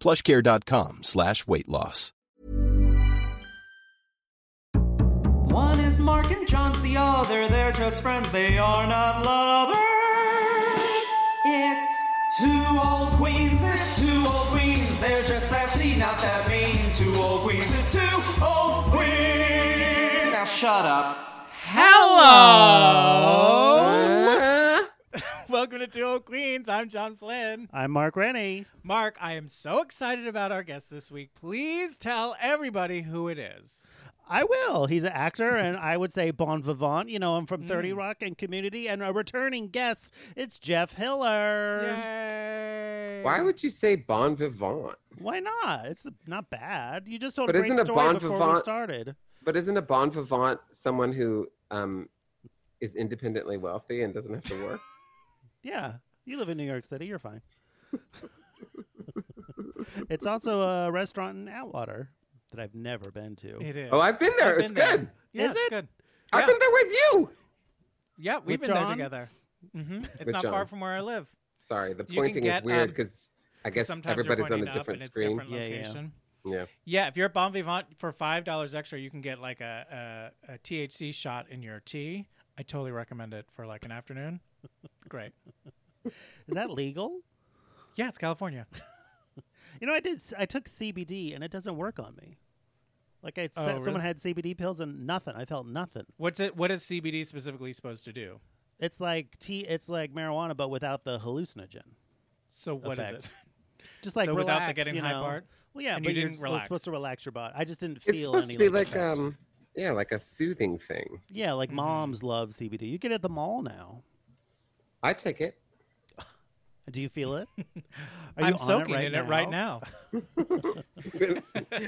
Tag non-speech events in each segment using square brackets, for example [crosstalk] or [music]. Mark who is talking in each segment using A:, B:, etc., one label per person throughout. A: plushcare.com slash weight loss.
B: One is Mark and John's the other. They're just friends, they are not lovers. It's two old queens, it's two old queens. They're just sassy, not that mean. Two old queens, it's two old queens. Now shut up. [laughs] Hello!
C: Welcome to Two Old Queens. I'm John Flynn.
D: I'm Mark Rennie.
C: Mark, I am so excited about our guest this week. Please tell everybody who it is.
D: I will. He's an
C: [laughs]
D: actor, and I would say bon vivant. You know, I'm from
C: Mm.
D: 30 Rock and Community, and a returning guest, it's Jeff Hiller.
C: Yay.
E: Why would you say bon vivant?
D: Why not? It's not bad. You just told
E: But
D: a great
E: isn't a
D: story
E: bon
D: before we
E: vivant-
D: started.
E: But isn't a bon vivant someone who um, is independently wealthy and doesn't have to
C: [laughs]
E: work?
D: Yeah, you live in New York City. You're
E: [laughs]
D: fine. it's also a restaurant in Atwater that I've never been to.
C: It is.
E: Oh, I've been there. It's
C: there.
E: good.
C: Yeah,
D: Is
C: it's
D: it?
C: good.
E: I've
C: Yeah.
E: been there with you.
C: Yeah, we've
D: With
C: been there
D: John?
C: together. hmm It's
E: With
C: not far
E: John.
C: from where I live.
E: Sorry, the
C: You can
E: pointing
C: get,
E: is weird
C: um,
E: because I guess
C: Sometimes you're
E: everybody's on
C: pointing
E: a
C: up
E: different
C: and it's
E: screen.
C: Different
D: Yeah, yeah.
C: location.
E: Yeah.
C: Yeah, if you're at Bon Vivant for five dollars extra, you can get like a, a, a THC shot in your tea. I totally recommend it for like an afternoon. Great.
D: [laughs] Is that legal?
C: Yeah, it's California.
D: You know, I did. s- I took CBD, and it doesn't work on me. Like I
C: Oh,
D: said, someone
C: really?
D: had CBD pills and nothing. I felt nothing.
C: What's it? What is CBD specifically supposed to do?
D: It's like tea. It's like marijuana, but without the hallucinogen.
C: So what is
D: Effect.
C: it?
D: Just like
C: So without the
D: relax,
C: getting
D: you
C: high
D: know?
C: part?
D: Well, yeah,
C: And
D: but
C: you
D: are
C: didn't relax.
D: supposed to relax your body. I just didn't feel
E: It's supposed
D: any
E: to be like
D: effect.
E: um, yeah, like a soothing thing.
D: yeah,
C: Mm-hmm.
D: like moms love CBD. You get it at the mall now.
E: I
C: [laughs]
E: take it. [laughs]
D: Do you feel it? Are
C: I'm
D: you on
C: soaking
D: it right
C: in
D: now?
C: it right now.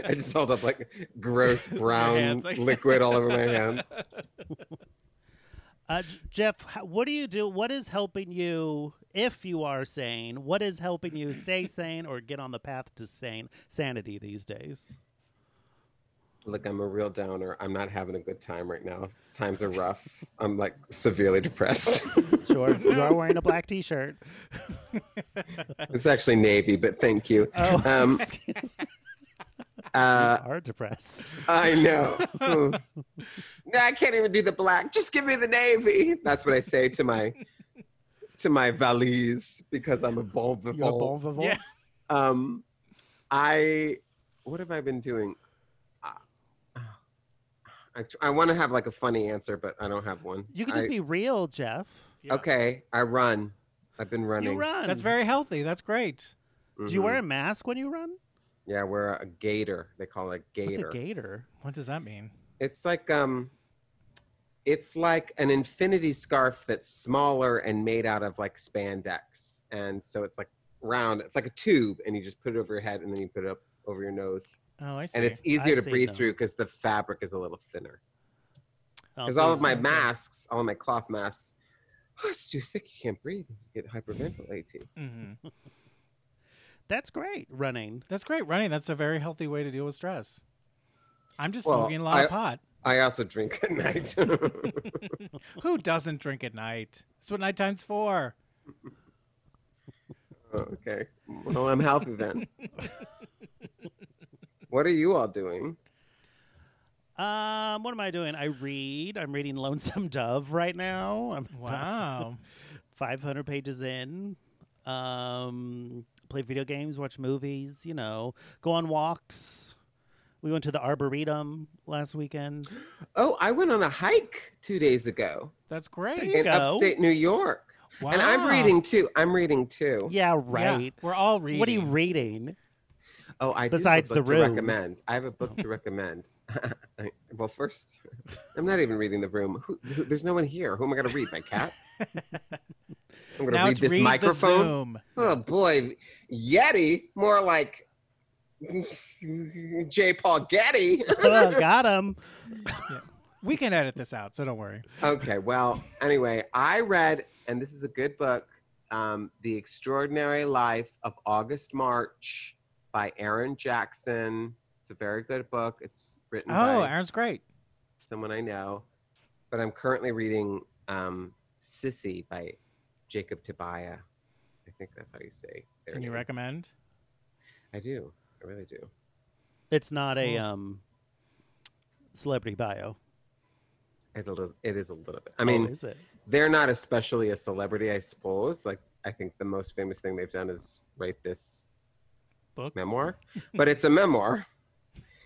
E: I just hold up like
C: [laughs]
E: gross brown
C: hands, like-
E: liquid all
C: [laughs]
E: over my hands.
D: Uh, J- Jeff, h- what do you do? What is helping you if you are sane? What is helping
C: [laughs]
D: you stay sane or get on the path to sane sanity these days?
E: Look, I'm a real downer. I'm not having a good time right now. Times are rough. I'm like severely depressed. [laughs]
D: Sure, you are wearing a black [laughs] T-shirt.
E: it's actually navy, but thank you.
D: Oh, [laughs]
E: Um, [laughs] uh,
D: are depressed.
E: I know. [laughs] Mm. no, I can't even do the black. Just give me the navy. That's what I say to my to my valise because I'm a bon vivant.
D: You're bon vivant.
C: Yeah.
E: Um, I what have I been doing? I- I, I want to have like a funny answer, but I don't have one.
D: You can just
E: I-
D: be real, Jeff.
C: Yeah.
E: okay. I run. I've been running.
D: You run.
C: That's very healthy. That's great.
D: Do you
E: Mhm.
D: wear a mask when you run?
E: Yeah, we're a gator. They call it
D: What's
E: gator.
D: a gator?
C: What does that mean?
E: It's like um, it's like an infinity scarf that's smaller and made out of like spandex, and so it's like round. It's like a tube, and you just put it over your head, and then you put it up over your nose,
C: Oh, I see.
E: and it's easier
D: I
E: to
D: see
E: breathe
D: them.
E: through because the fabric is a little thinner.
D: Oh,
E: Because
D: so
E: all
D: it's
E: of my
D: like a-
E: masks, all of my cloth masks,
D: Mm.
E: oh, it's too thick. You can't breathe. You get hyperventilating.
C: Mhm.
D: That's great running.
C: That's great running. That's a very healthy way to deal with stress. I'm just
E: Well,
C: smoking a lot
E: I-
C: of pot.
E: I also drink at night. [laughs]
C: Who doesn't drink at night? That's what
F: [laughs]
C: nighttime's for.
E: okay. Well, I'm healthy then. [laughs] what are you all doing?
D: Um, what am I doing? I read. I'm reading Lonesome Dove right now. I'm
C: Wow.
D: 500 pages in. Um, play video games, watch movies, you know, go on walks. We went to the Arboretum last weekend.
E: Oh, I went on a hike two days ago
C: That's
D: There
C: great.
D: you
E: in
D: go.
E: upstate New York.
C: Wow.
E: And I'm reading too. I'm reading too.
D: Yeah,
C: Yeah,
D: right.
C: we're all reading.
D: What are you reading? [laughs]
E: Oh, I
D: Besides
E: do have a book
D: The
E: to
D: Room. Oh.
E: recommend. I have a book to recommend. [laughs] I- well, first, I'm not even reading the room. Who, who, there's no one here. Who am I going to read? My cat? I'm going to
C: now
E: read
C: it's
E: this
C: read The
E: microphone.
C: Zoom.
E: Oh boy, Yeti, more like J. Paul Getty.
D: Ugh, got him.
C: We can edit this out, so don't worry.
E: [laughs] okay, well, anyway, I read, and this is a good book, um, The Extraordinary Life of August March by Aaron Jackson. It's a very good book. It's written
C: Oh,
E: by
C: Aaron's great.
E: someone I know, but I'm currently reading um, Sissy by Jacob Tabaya. I think that's how you say. their
C: Can you
E: name.
C: recommend?
E: I do. I really do.
D: It's not a um celebrity bio.
E: It is, it is a little bit. I mean,
D: oh, is it?
E: they're not especially a celebrity, I suppose. Like, I think the most famous thing they've done is write this
C: Book? [laughs]
E: memoir, but it's a memoir,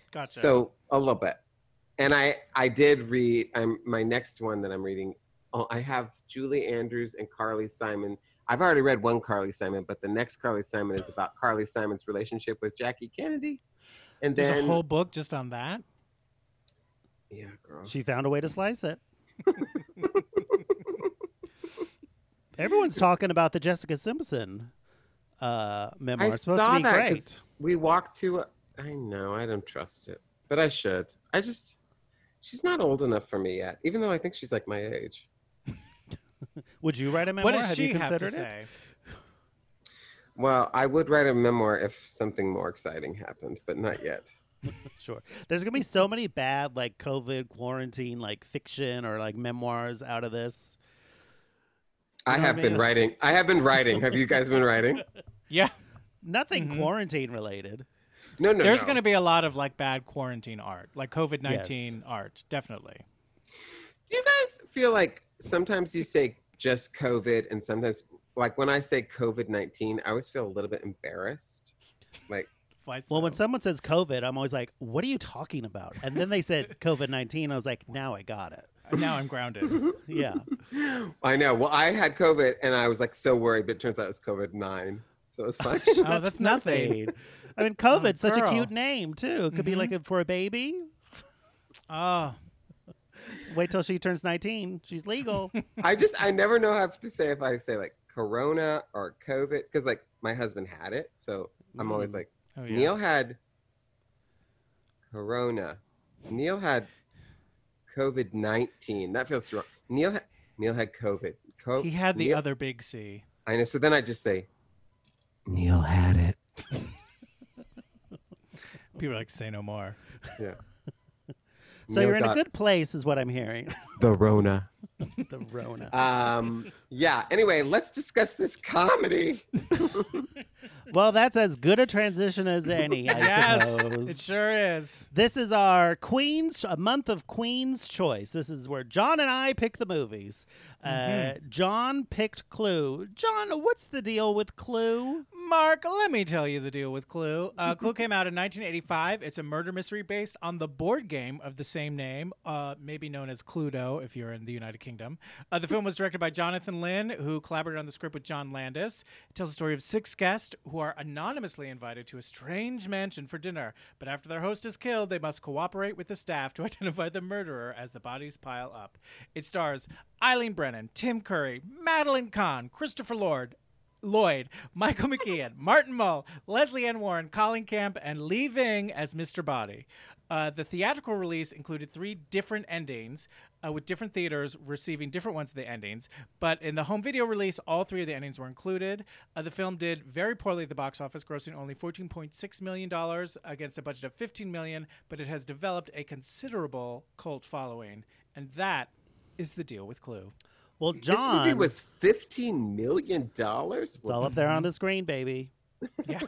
C: Gotcha.
E: so a little bit. And I, I did read. I'm my next one that I'm reading. Oh, I have Julie Andrews and Carly Simon. I've already read one Carly Simon, but the next Carly Simon is about Carly Simon's relationship with Jackie Kennedy. And
C: There's
E: then,
C: a whole book just on that.
E: yeah, girl.
D: She found a way to
C: [laughs]
D: slice it. Everyone's talking about the Jessica Simpson uh, memoir.
E: I
D: It's supposed
E: saw
D: to be
E: that
D: great.
E: 'cause we walked to. A, I know I don't trust it, but I should. I just she's not old enough for me yet, even though I think she's like my age.
D: Would you write a memoir?
C: What does
D: have
C: she
D: you
C: have
D: considered
C: to
D: it?
C: say?
E: Well, I would write a memoir if something more exciting happened, but not yet.
D: Sure. There's gonna be so many bad like COVID quarantine like fiction or like memoirs out of this.
E: I
D: know what
E: have
D: I
E: been
D: mean?
E: writing. I have been writing. Have you guys
D: [laughs]
E: been writing? [laughs]
C: Yeah.
D: Nothing
C: Mm-hmm.
D: quarantine related.
E: No, no.
C: There's
E: no.
C: going to be a lot of like bad quarantine art, like COVID 19
D: Yes.
C: art, definitely.
E: Do you guys feel like sometimes you say just COVID, and sometimes like when I say COVID nineteen, I always feel a little bit embarrassed. Like
C: Why so?
D: Well, when someone says COVID, I'm always like, "What are you talking about?" And then they said [laughs] COVID nineteen. I was like, "Now I got it."
C: now I'm grounded.
E: [laughs]
C: [laughs]
D: Yeah.
C: Oh,
E: [gasps] I know. Well, I had COVID and I was like so worried, but it turns out it was COVID nine. So it was fine.
C: Oh, that's nothing. Oh,
D: I mean, COVID's such a
C: girl. Mm-hmm.
D: cute name too. It could be like a, for a baby.
C: Oh,
D: Wait till she turns 19. She's legal.
E: [laughs] I just, I never know how to say if I say like Corona or COVID because like my husband had it. So I'm always like,
C: oh yeah.
E: Neil had Corona. Neil had COVID 19. That feels wrong. Neil, ha- Neil had COVID. Co-
C: He had the
E: Neil-
C: other big C.
E: I know. So then I just say, Neil had it.
C: [laughs] People are like, say no more.
E: Yeah.
D: so
E: Neil
D: you're in a
E: got
D: good place, is what
C: [laughs]
D: I'm hearing.
E: The Rona.
D: the Rona.
E: Um, yeah. Anyway, let's discuss this comedy.
D: well, that's as good a transition as any, I
C: yes,
D: suppose.
C: it sure is.
D: This is our Queen's a month of Queen's choice. This is where John and I pick the movies. Uh, John picked Clue. John, what's the deal with Clue?
C: Mark, let me tell you the deal with Clue. Uh, [laughs] Clue came out in 1985. It's a murder mystery based on the board game of the same name, uh, maybe known as Cluedo if you're in the United Kingdom. Uh, the film was directed by Jonathan Lynn, who collaborated on the script with John Landis. It tells the story of six guests who are anonymously invited to a strange mansion for dinner, but after their host is killed, they must cooperate with the staff to [laughs] identify the murderer as the bodies pile up. It stars Eileen Brennan, Tim Curry, Madeline Kahn, Christopher Lord, Lloyd, Michael McKeon, [laughs] Martin Mull, Leslie Ann Warren, Colin Camp, and Lee Ving as Mr. Body. Uh, the theatrical release included three different endings, uh, with different theaters receiving different ones of the endings. But in the home video release, all three of the endings were included. Uh, the film did very poorly at the box office, grossing only $14.6 million against a budget of $15 million, but it has developed a considerable cult following. And that is the deal with Clue. [laughs]
D: Well, John,
E: This movie was fifteen million dollars.
D: it's all up there on the screen, baby.
C: Yeah.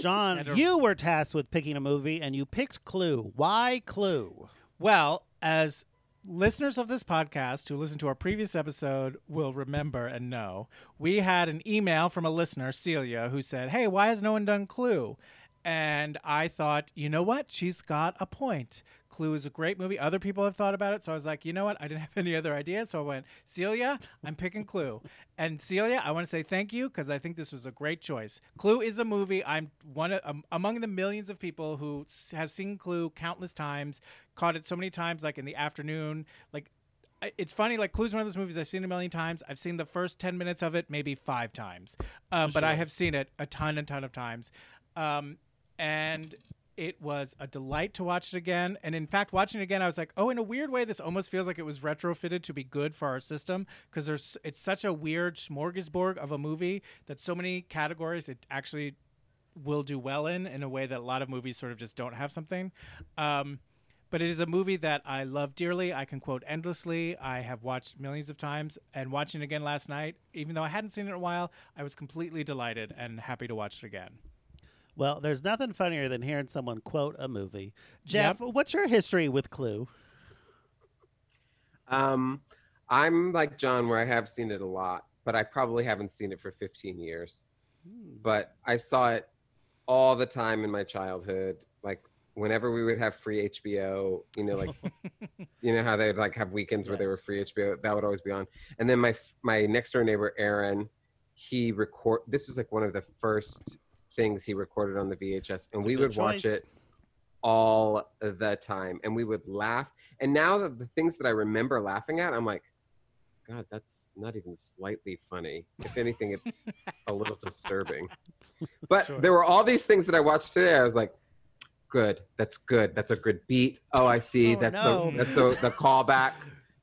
D: John, you were tasked with picking a movie, and you picked Clue. Why Clue?
C: Well, as listeners of this podcast who listened to our previous episode will remember and know, we had an email from a listener, Celia, who said, Hey, why has no one done Clue? And I thought, you know what? She's got a point. Clue is a great movie. Other people have thought about it. So I was like, you know what? I didn't have [laughs] any other ideas. So I went, Celia, I'm picking Clue. And Celia, I want to say thank you because I think this was a great choice. Clue is a movie I'm one of, um, among the millions of people who s- has seen Clue countless times, caught it so many times, like in the afternoon. Like, I- it's funny, like Clue's one of those movies I've seen a million times. I've seen the first 10 minutes of it maybe five times, um, but I have seen it a ton and ton of times. Um, and it was a delight to watch it again. And in fact, watching it again, I was like, oh, in a weird way, this almost feels like it was retrofitted to be good for our system because there's it's such a weird smorgasbord of a movie that so many categories it actually will do well in in a way that a lot of movies sort of just don't have something. Um, but it is a movie that I love dearly. I can quote endlessly. I have watched millions of times, and watching it again last night, even though I hadn't seen it in a while, I was completely delighted and happy to watch it again.
D: Well, there's nothing funnier than hearing someone quote a movie. Jeff, what's your history with Clue?
E: Um, I'm like John, where I have seen it a lot, but I probably haven't seen it for 15 years. But I saw it all the time in my childhood. Like whenever we would have free HBO, you know, like you know how they'd like have weekends where they were
D: Yes.
E: free HBO. That would always be on. And then my f- my next door neighbor Aaron, he record. This was like one of the first things he recorded on the VHS,
D: It's
E: and
D: a
E: we
D: good
E: would watch
D: choice.
E: it all the time, and we would laugh. And now that the things that I remember laughing at, I'm like, God, that's not even slightly funny. If anything, it's a little
D: [laughs]
E: disturbing. But
D: Sure.
E: there were all these things that I watched today. I was like, good. That's good. That's a good beat. Oh, I see.
D: Oh,
E: that's
D: no.
E: the that's the, the callback.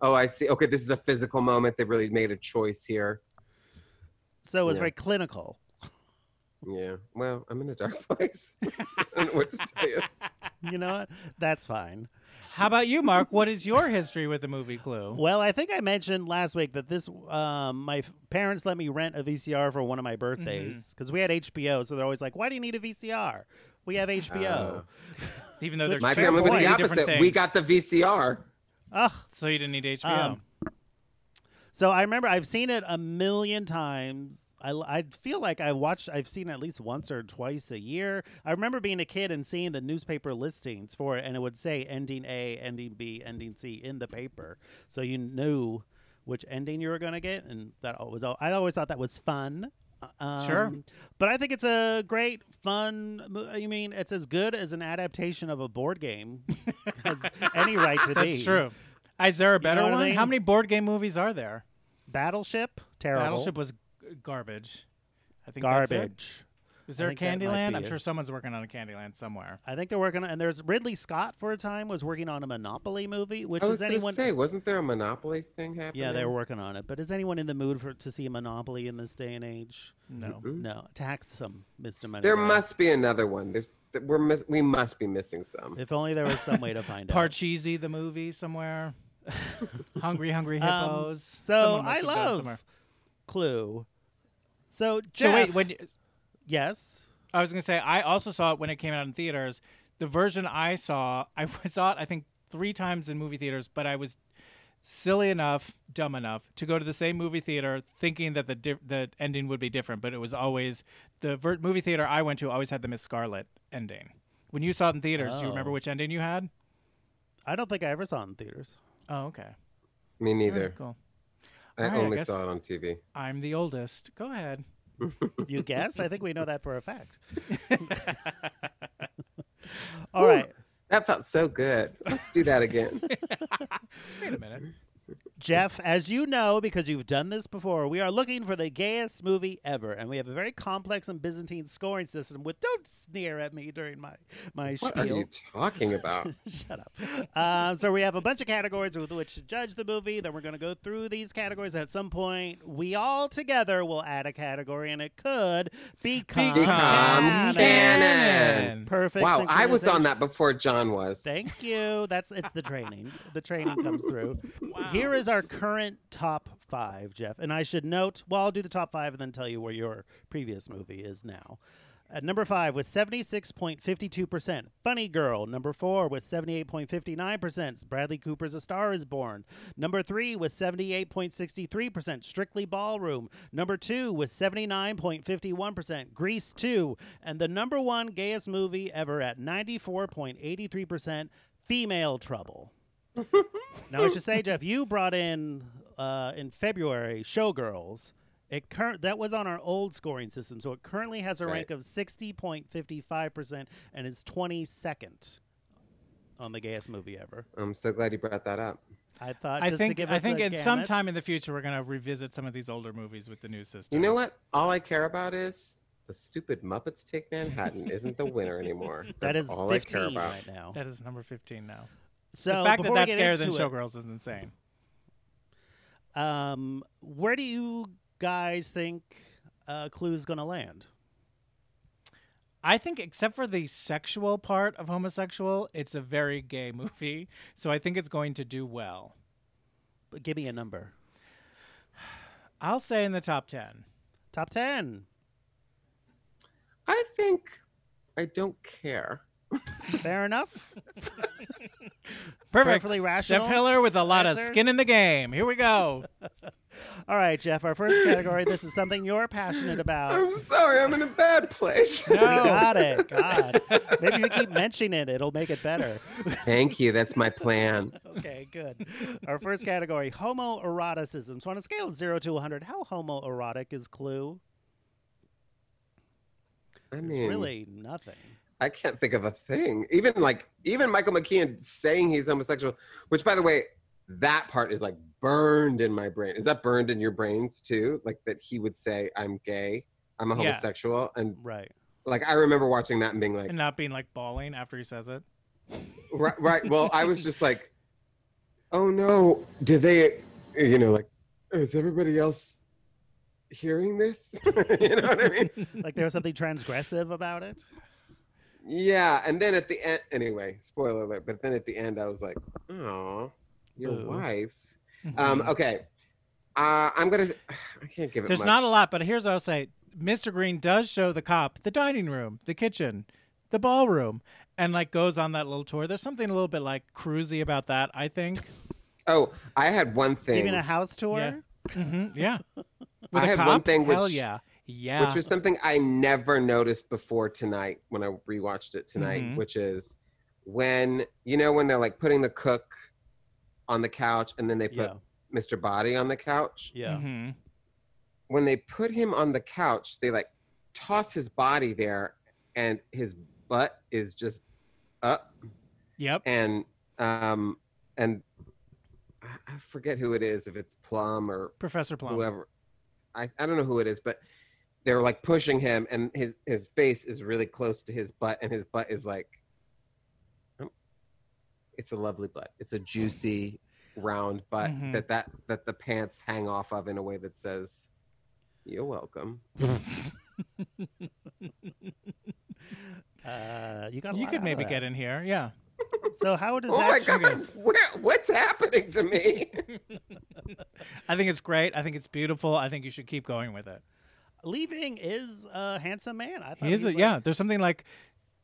E: Oh, I see. Okay, this is a physical moment. They really made a choice here.
D: So it was
E: Yeah.
D: very clinical.
E: Yeah. Well, I'm in a dark [laughs] place. I don't know what to tell you.
D: You know what? That's fine.
C: How about you, Mark? What is your history with the movie Clue?
D: Well, I think I mentioned last week that this um, my f- parents let me rent a VCR for one of my birthdays because we had HBO, so they're always like, "Why do you need a VCR? We have
E: Oh.
D: HBO."
C: Even though there's
E: My
C: two
E: family was the
C: completely different
E: opposite. We
C: things.
E: got the VCR.
D: Ugh.
C: so you didn't need HBO.
D: Um, So I remember I've seen it a million times. I, I feel like I watched I've seen it at least once or twice a year. I remember being a kid and seeing the newspaper listings for it and it would say ending A, ending B, ending C in the paper. So you knew which ending you were going to get and that al- was al- I always thought that was fun. Uh,
C: Sure.
D: um, But I think it's a great fun mo- I mean it's as good as an adaptation of a board game [laughs] as any right to be.
C: That's true. Is there a better
D: know what I
C: one?
D: mean?
C: How many board game movies are there?
D: Battleship terrible.
C: Battleship was g- garbage. I think that's it.
D: garbage.
C: Is there a
D: think that might
C: Candyland?
D: be
C: I'm
D: it.
C: sure someone's working on a Candyland somewhere.
D: I think they're working on, and there's Ridley Scott for a time was working on a Monopoly movie, which
E: I was
D: is
E: going to
D: anyone.
E: say, wasn't there a Monopoly thing happening?
D: yeah, they were working on it, but is anyone in the mood for to see Monopoly in this day and age?
C: No.
D: No, tax some misdemeanor.
E: Mm-hmm. There
D: law.
E: must be another one. There's th- we're miss, we must be missing some.
D: If only there was some way
C: [laughs]
D: to find out.
C: Parcheesi, the movie,
D: [laughs]
C: somewhere. Hungry, hungry
D: Um,
C: hippos.
D: so
C: Someone must
D: I
C: have done it
D: love
C: somewhere.
D: Clue. So Jeff,
C: So wait, when you-
D: yes,
C: I was gonna say I also saw it when it came out in theaters. The version I saw, I [laughs] saw it I think three times in movie theaters, but I was silly enough, dumb enough to go to the same movie theater thinking that the di- the ending would be different. But it was always the ver- movie theater I went to always had the Miss Scarlet ending. When you saw it in theaters, do you remember
D: Oh.
C: which ending you had?
D: I don't think I ever saw it in theaters.
C: Oh, okay.
E: Me
C: All right,
E: neither.
C: cool.
E: I
C: All right, I
E: only
C: guess-
E: saw it on TV.
C: I'm the oldest. Go ahead.
D: You guess? I think we know that for a fact. All right.
E: That felt so good. Let's do that again.
C: Wait a minute.
D: Jeff, as you know, because you've done this before, we are looking for the gayest movie ever, and we have a very complex and Byzantine scoring system. With don't sneer at me during my my
E: What are
D: spiel. [laughs]
E: you talking about?
D: Shut up. Uh, so we have a bunch of categories with which to judge the movie. Then we're going to go through these categories. At some point, we all together will add a category, and it could
C: Uh,
D: become, canon.
E: Become canon.
D: Perfect.
E: Wow, I was on
D: synchronization.
E: that before John was.
D: Thank you. That's it's the training. The training comes through. Here is our current top five, Jeff. And I should note, well, I'll do the top five and then tell you where your previous movie is now. At number five with 76.52%, Funny Girl. Number four with 78.59%, Bradley Cooper's A Star is Born. Number three with 78.63%, Strictly Ballroom. Number two with 79.51%, Grease 2. And the number one gayest movie ever at 94.83%, Female Trouble. Now I should say, Jeff, you brought in uh, in February Showgirls. It current that was on our old scoring system, so it currently has a
E: Right.
D: rank of sixty point fifty five percent and is twenty second on the gayest movie ever.
E: I'm so glad you brought that up.
D: I thought.
C: I
D: just to
C: think
D: give
C: I
D: us
C: think
D: a
C: in some
D: gamut-
C: time in the future we're gonna revisit some of these older movies with the new system.
E: You know what? All I care about is the stupid Muppets Take Manhattan isn't the winner anymore.
D: [laughs] that
E: That's
D: is
E: all
D: fifteen
E: I care about.
D: right now.
C: That is number fifteen now.
D: so
C: the fact that
D: before we
C: that's
D: get
C: scarier than
D: into it,
C: Showgirls is insane.
D: Um, where do you guys think uh, Clue's gonna land?
C: I think, except for the sexual part of homosexual, it's a very gay movie. So I think it's going to do well.
D: Give me a number.
C: I'll say in the top 10.
D: Top ten.
E: I think I don't care.
C: [laughs]
D: Fair enough.
C: Perfect.
D: Perfectly rational
C: Jeff Hiller with a lot
D: answer.
C: of skin in the game. Here we
E: [laughs]
C: go.
D: All right, Jeff, our first category. This is something you're passionate about.
E: I'm sorry, I'm in a
D: [laughs]
E: bad place.
D: Got it. God. Maybe you keep mentioning it, it'll make it better.
E: Thank you. That's
D: [laughs]
E: my plan.
D: Okay, good. Our first category homoeroticism. So, on a scale of zero to 100, how homoerotic is Clue?
E: I
D: It's
E: mean,
D: really nothing.
E: I can't think of a thing. Even like, even Michael McKean saying he's homosexual, which, by the way, that part is like burned in my brain. Is that burned in your brains too? Like that he would say, "I'm gay, I'm a
C: Yeah.
E: homosexual," and
D: Right.
E: like I remember watching that and being like,
C: And not being like bawling after he says it.
E: right, right. Well, I was just like, oh no, do they, you know, like, is everybody else hearing this? [laughs] you know what I mean?
D: Like there was something transgressive about it.
E: Yeah. And then at the end, anyway, spoiler alert, but then at the end, I was like, oh, your
D: Boo.
E: wife. Um, okay. Uh, I'm going to, [sighs] I can't give
C: Mm-hmm.
E: it
C: There's
E: much.
C: not a lot, but here's what I'll say Mr. Green does show the cop the dining room, the kitchen, the ballroom, and like goes on that little tour. There's something a little bit like cruisy about that, I think.
E: Oh, I had one thing.
D: Even a house tour.
C: Yeah. hmm
E: [laughs]
C: Yeah. With
E: I
C: a
E: had
C: cop?
E: one thing
C: Hell
E: which-
C: yeah. Yeah.
E: which was something I never noticed before tonight when I rewatched it tonight,
D: Mm-hmm.
C: Mhm.
E: which is when you know when they're like putting the cook on the couch and then they put
D: Yeah.
E: Mr. Body on the couch.
D: Yeah.
C: Mhm.
E: When they put him on the couch, they like toss his body there and his butt is just up
C: Yep.
E: and um and I- I forget who it is if it's Plum or
C: Professor Plum.
E: whoever I, I don't know who it is but they're like pushing him and his his face is really close to his butt and his butt is like um,
D: Oh.
E: it's a lovely butt it's a juicy round butt
C: Mhm.
D: Mm-hmm.
E: that that that the pants hang off of in a way that says you're welcome
D: Uh, you got. A
C: You
D: lot
C: could
D: out
C: maybe
D: of
C: get in here. Yeah.
D: that. So how does
E: oh
D: that?
E: my
D: trigger-
E: god where, what's happening
D: [laughs]
E: to me
C: I think it's great. I think it's beautiful. I think you should keep going with it.
D: Leaving is a handsome man. I thought
C: He is,
D: was
C: a,
D: like,
C: yeah. There's something like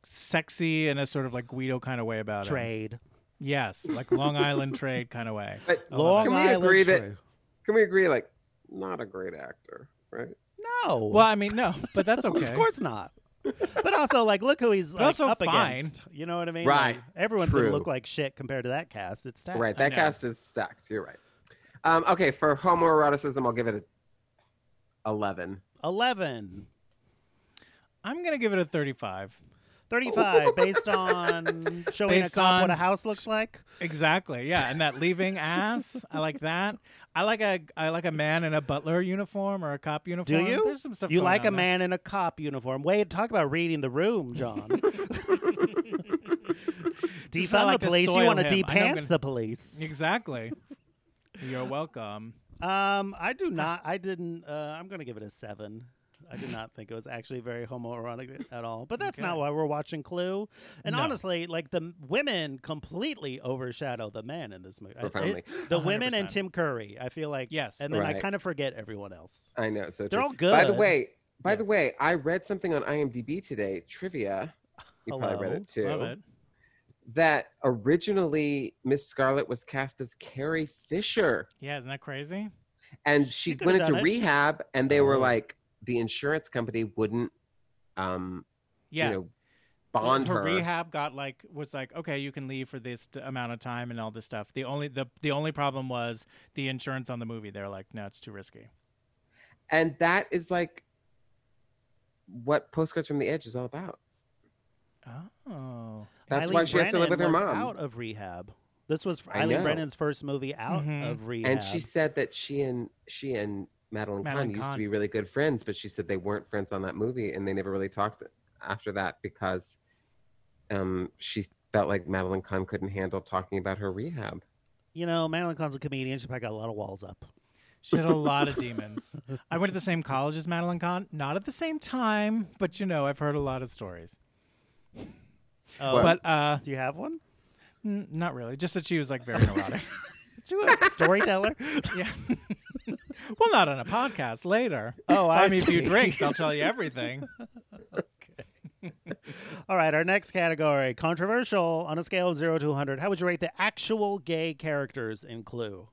C: sexy in a sort of like Guido kind of way about it.
D: Trade.
C: Yes, like Long Island trade kind of way.
E: But
C: I love
D: Long
E: can we
D: Island
E: agree that-
D: trade.
E: can we agree like not a great actor right
D: No.
C: Well, I mean, no, but that's okay.
D: [laughs] Of course not. But also, like, look who he's like,
C: also
D: up
C: fine.
D: against. You know what I mean?
E: Right.
D: Like, everyone's gonna
E: True.
D: look like shit compared to that cast. It's stacked.
E: right that cast is stacked you're right um, okay for homoeroticism i'll give it a 11
D: Eleven.
C: I'm gonna give it a 35.
D: 35, based
E: [laughs]
D: on showing
C: Based
D: a cop
C: on-
D: what a house looks like.
C: Exactly. Yeah, and that leaving ass. I like that. I like a I like a man in a butler uniform or a cop
D: Do
C: uniform.
D: you?
C: There's some stuff.
D: you
C: going
D: like a
C: on there.
D: man in a cop uniform. Wade, talk about reading the room, [laughs] John.
C: Just
D: Defund
C: not like to
D: the police. You
C: soil
D: want to
C: him. I know I'm
D: depants pants
C: gonna-
D: the police.
C: Exactly. You're welcome.
D: Um, I do not. I didn't. Uh, I'm going to give it a seven. I did not think it was actually very homoerotic at all. But that's not why we're watching Clue. And honestly, like the m- women completely overshadow the men in this movie. I- it-
E: Profoundly.
D: the women and Tim Curry. I feel like
C: Yes.
D: And then I
E: Right.
D: kind of forget everyone else.
E: I know. it's So
D: They're
E: true.
D: all good.
E: By the way, by the
D: Yes.
E: way, I read something on IMDb today, trivia. You probably read
D: Hello.
E: it too.
C: Love it.
E: That originally Miss Scarlet was cast as Carrie Fisher,
C: Yeah, isn't that crazy?
E: and she,
D: could've
E: went into
D: done it.
E: rehab, and they were
D: Oh.
E: like, the insurance company wouldn't, um,
C: Yeah.
E: you know,
C: Well,
E: bond
C: her,
E: her.
C: rehab got like was like okay you can leave for this t- amount of time and all this stuff the only the the only problem was the insurance on the movie they're like no it's too risky
E: And that is like what Postcards from the Edge is all about.
C: oh
E: That's
D: Eileen
E: why she has to
D: Brennan
E: live with her
D: was
E: mom.
D: Out of rehab. This was
E: I
D: Eileen
E: know.
D: Brennan's first movie out
C: Mhm.
D: of rehab.
E: And she said that she and she and Madeline,
C: Madeline
E: Kahn used
C: Kahn.
E: to be really good friends, but she said they weren't friends on that movie, and they never really talked after that because um, she felt like Madeline Kahn couldn't handle talking about her rehab.
D: you know, Madeline Kahn's a comedian. She probably got a lot of walls up.
C: she
D: [laughs]
C: had a lot of demons i went to the same college as madeline kahn not at the same time but you know i've heard a lot of stories
D: Oh,
E: Well-
C: but uh
D: do you have one?
C: n- not really just that she was like very
D: [laughs]
C: neurotic
D: Do a
E: [laughs]
D: storyteller?
C: yeah [laughs] well not on a podcast later
D: Oh,
C: buy
D: I
C: me a few
D: see.
C: drinks i'll tell you everything
D: All right, our next category controversial on a scale of 0 to 100. How would you rate the actual gay characters in Clue?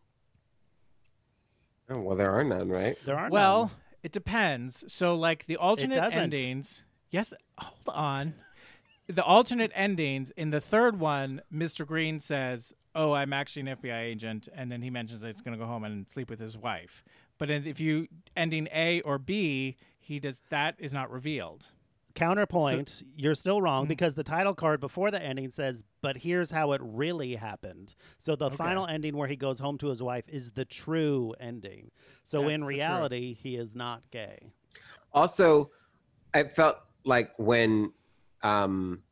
E: Oh well, there are none, right?
D: There aren't
C: Well,
D: none.
C: it depends. So, like the alternate
D: doesn't.
C: endings. Yes, hold on. The alternate endings in the third one, Mr. Green says, "Oh, I'm actually an FBI agent," and then he mentions that he's going to go home and sleep with his wife. But in- if you ending A or B, he does that is not revealed.
D: Counterpoint, you're still wrong because the title card before the ending says, but here's how it really happened. So the final ending where he goes home to his wife is the true ending. So in reality, he is not gay.
E: Also, I felt like when um,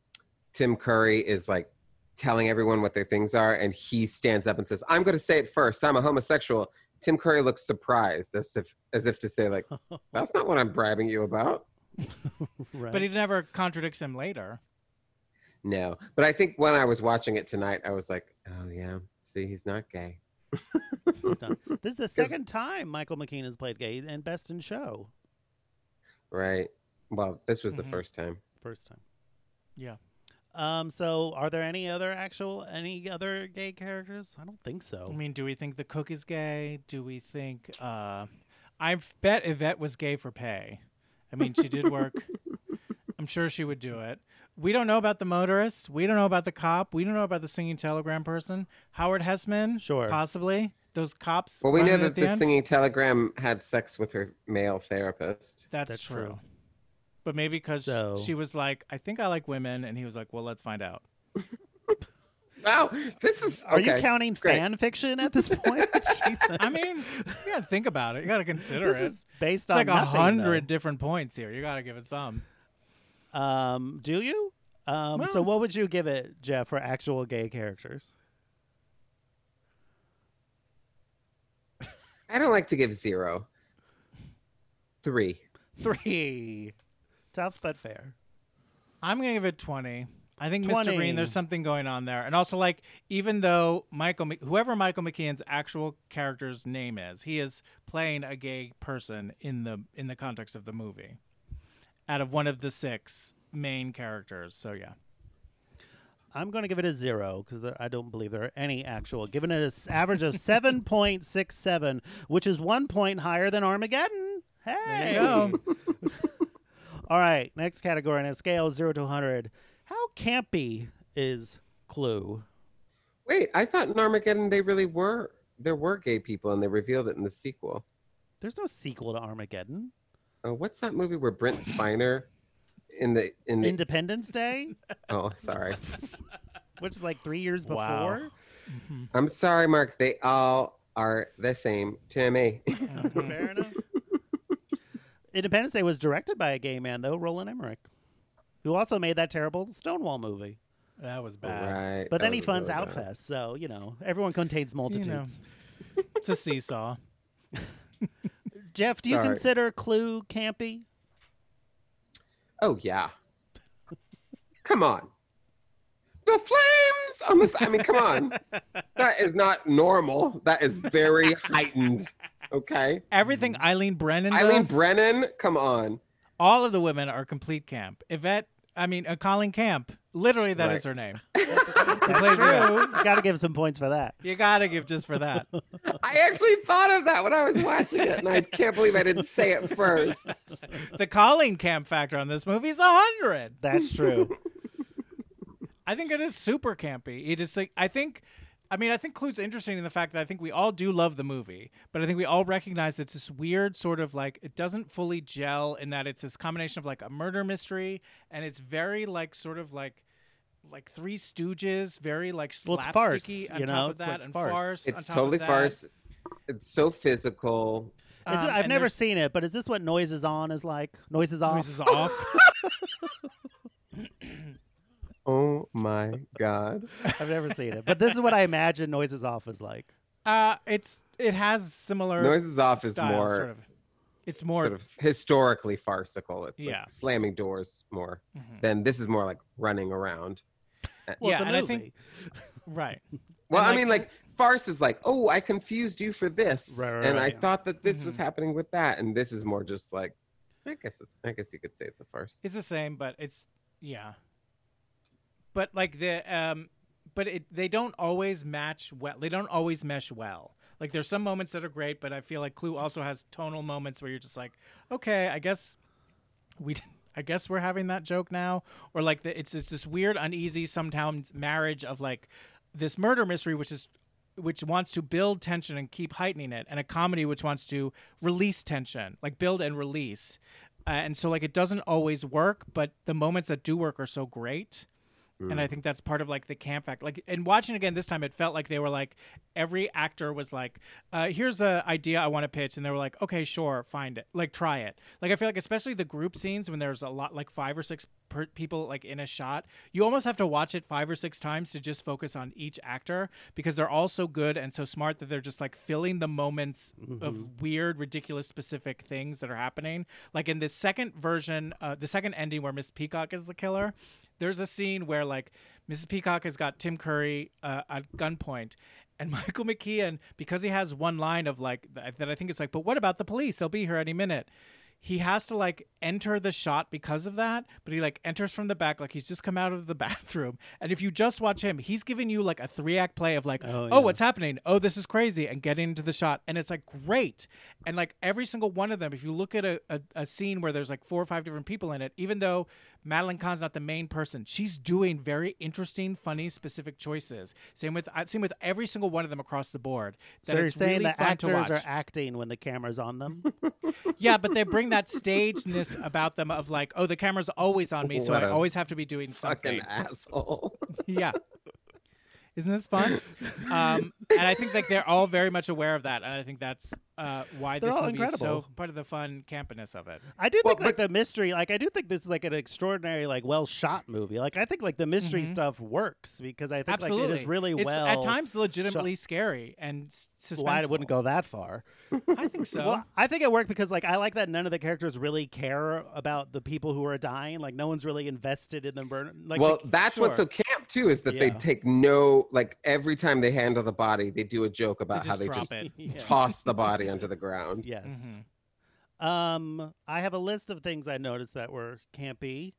E: Tim Curry is like telling everyone what their things are, and he stands up and says, "I'm going to say it first. I'm a homosexual." Tim Curry looks surprised, as if as if to say,
C: [laughs]
E: like, "That's not what I'm bribing you about."
D: [laughs] Right.
C: But he never contradicts him later.
E: No, but I think when I was watching it tonight, I was like, "Oh yeah, see, he's not gay."
D: He's done. This is the second time Michael McKean has played gay and Best in Show.
E: [laughs] Right. Well, this was
C: Mhm.
E: the first time.
D: First time.
C: Yeah.
D: Um, so are there any other actual any other gay characters? I don't think so.
C: I mean, do we think the cook is gay? Do we think? Uh, I bet Yvette was gay for pay. I mean, she did
D: [laughs]
C: work. I'm sure she would do it. We don't know about the motorist. We don't know about the cop. We don't know about the singing telegram person. Howard Hessman,
D: Sure.
C: possibly those cops.
E: Well, we know
C: running
E: that
C: at the
E: the
C: end?
E: singing telegram had sex with her male therapist.
C: That's,
D: That's
C: true.
D: true.
C: But maybe because
D: So-
C: she was like, I think I like women, and he was like, Well, let's find out.
E: Wow, this is.
D: are you
E: okay,
D: counting
E: great.
D: fan fiction at this point? [laughs] Jesus.
C: I mean, you gotta think about it. You gotta consider
D: this
C: it.
D: is based
C: it's like
D: on
C: a
D: nothing,
C: hundred different points here. You gotta give it some.
D: though. Um, do you? Um, so what would you give it, Jeff, for actual gay characters? [laughs]
E: I don't like to give zero. Three.
D: Three. Tough but fair.
C: I'm gonna give it twenty. I think Mr.
D: 20.
C: Green, there's something going on there, and also like even though Michael, Mc- whoever Michael McKean's actual character's name is, he is playing a gay person in the in the context of the movie, out of one of the six main characters. So yeah,
D: I'm going to give it a zero because I don't believe there are any actual. Giving it an average
C: [laughs]
D: of 7.67, which is one point higher than Armageddon. Hey.
C: go.
D: All right, next category on a scale of zero to 100. How campy is Clue?
E: Wait, I thought in Armageddon they really were. There were gay people, and they revealed it in the sequel. Oh,
D: There's no sequel to Armageddon.
E: Uh, what's that movie where Brent Spiner in the in the
D: Independence Day,
E: oh sorry.
D: which is like three years before.
C: Wow.
E: I'm sorry, Mark. They all are the same to me.
C: [laughs]
D: [laughs]
C: Mm-hmm.
D: Fair enough. Independence Day was directed by a gay man though, Roland Emmerich, who also made that terrible Stonewall movie.
C: That was bad.
E: right.
D: But
E: that
D: then he
E: was
D: funds
E: really bad.
D: Outfest, so you know everyone contains multitudes.
C: It's a seesaw.
D: Jeff, do you
E: Sorry.
D: consider Clue campy?
E: Oh yeah. come on. The flames on the s- I mean, come on. That is not normal. That is very heightened. Okay.
C: Everything Eileen Brennan does,
E: Eileen Brennan, come on.
C: all of the women are complete camp. Yvette, I mean, uh, Colin Camp. Literally, that is her
E: Right. [laughs]
C: name. Who plays Yvette.
D: Got to give some points for that.
C: You gotta give just for that.
E: I actually thought of that when I was watching it, and I can't believe I didn't say it first.
C: the Colin Camp factor on this movie is a hundred.
D: That's
C: [laughs]
D: true.
C: I think it is super campy. It is like I think I mean I think Clue's interesting in the fact that I think we all do love the movie, but I think we all recognize it's this weird sort of like it doesn't fully gel in that it's this combination of like a murder mystery and it's very like sort of like like Three Stooges, very like
D: Well, it's farce,
C: slapsticky on
D: you know?
C: top of
D: It's, like,
C: that and
D: farce.
C: farce. on
E: It's
C: top
E: totally
C: of that.
E: farce. It's so physical.
D: Is it-
C: Um,
D: I've
C: and
D: never
C: there's-
D: seen it, but is this what Noise is On is like? Noise is off.
C: This is
E: [laughs]
C: off.
E: Oh my god.
D: I've never
C: [laughs]
D: seen it, but this is what I imagine Noise is off is like.
C: uh, it's it has similar
E: Noises off is
C: style,
E: more
C: sort of. It's more
E: sort of historically farcical. It's
C: Yeah. Mm-hmm.
E: like slamming doors more. Then this is more like running around.
C: yeah,
D: Well, it's a
C: and
D: movie.
C: I think [laughs] right.
E: Well,
C: And,
E: I
C: like-
E: mean, like farce is like, oh, I confused you for this,
D: Right, right,
E: and I
D: right.
E: thought that this was happening with that, and this is more just like, I guess it's, I guess you could say it's a farce.
C: It's the same, but it's yeah. But like the um, but it they don't always match well. They don't always mesh well. Like there's some moments that are great, but I feel like Clue also has tonal moments where you're just like, okay, I guess we. I guess we're having that joke now, or like the, it's it's this weird, uneasy sometimes marriage of like this murder mystery, which is which wants to build tension and keep heightening it, and a comedy which wants to release tension, like build and release, uh, and so like it doesn't always work, but the moments that do work are so great. And I think that's part of like the camp fact. Like, and watching again this time, it felt like they were like, every actor was like, uh, here's the idea I want to pitch. And they were like, okay, sure, find it. Like, try it. Like, I feel like, especially the group scenes when there's a lot, like five or six per- people like in a shot, you almost have to watch it five or six times to just focus on each actor because they're all so good and so smart that they're just like filling the moments of weird, ridiculous, specific things that are happening. Like, in the second version, uh, the second ending where Miss Peacock is the killer there's a scene where like Mrs. Peacock has got Tim Curry uh, at gunpoint, and [laughs] Michael McKean because he has one line of like th- that I think it's like, but what about the police? They'll be here any minute. He has to like enter the shot because of that, but he like enters from the back like he's just come out of the [laughs] bathroom. And if you just watch him, he's giving you like a three act play of like, oh, what's happening? Oh, this is crazy, and getting into the shot, and it's like great. And like every single one of them, if you look at a, a, a scene where there's like four or five different people in it, even though Madeline Kahn's not the main person. She's doing very interesting, funny, specific choices. Same with uh, same with every single one of them across the board. That
D: so you're
C: it's
D: saying
C: really
D: that
C: fun
D: actors
C: to watch.
D: are acting when the camera's on them?
C: yeah, but they bring that stagedness about them of like, oh, the camera's always on me, so
E: What
C: I
E: a
C: always have to be doing something.
E: Fucking asshole.
C: [laughs]
E: [laughs]
C: yeah. Isn't this fun? Um, and I think like they're all very much aware of that, and I think that's uh, why
D: They're
C: this
D: all
C: movie is so
D: incredible.
C: part of the fun campiness of it.
D: I do
E: Well,
D: think like the mystery, like I do think this is like an extraordinary, like well shot movie. Like I think like the mystery stuff works because I think
C: Mm-hmm. Absolutely,
D: like it is really
C: It's
D: well.
C: at times legitimately scary and s- suspenseful.
D: why it wouldn't go that far.
C: I think
D: [laughs]
C: so.
D: Well, I think it worked because like I like that none of the characters really care about the people who are dying. Like no one's really invested in the burn. Like
E: well,
D: the-
E: that's what's so
D: sure.
E: camp too is that they
D: Yeah.
E: take no like every time they handle the body, they do a joke about how
C: just
E: they
C: drop
E: just [laughs]
C: it.
D: [laughs] Yeah.
E: toss the body onto the ground.
D: Yes. Mm-hmm. Um, I have a list of things I noticed that were campy.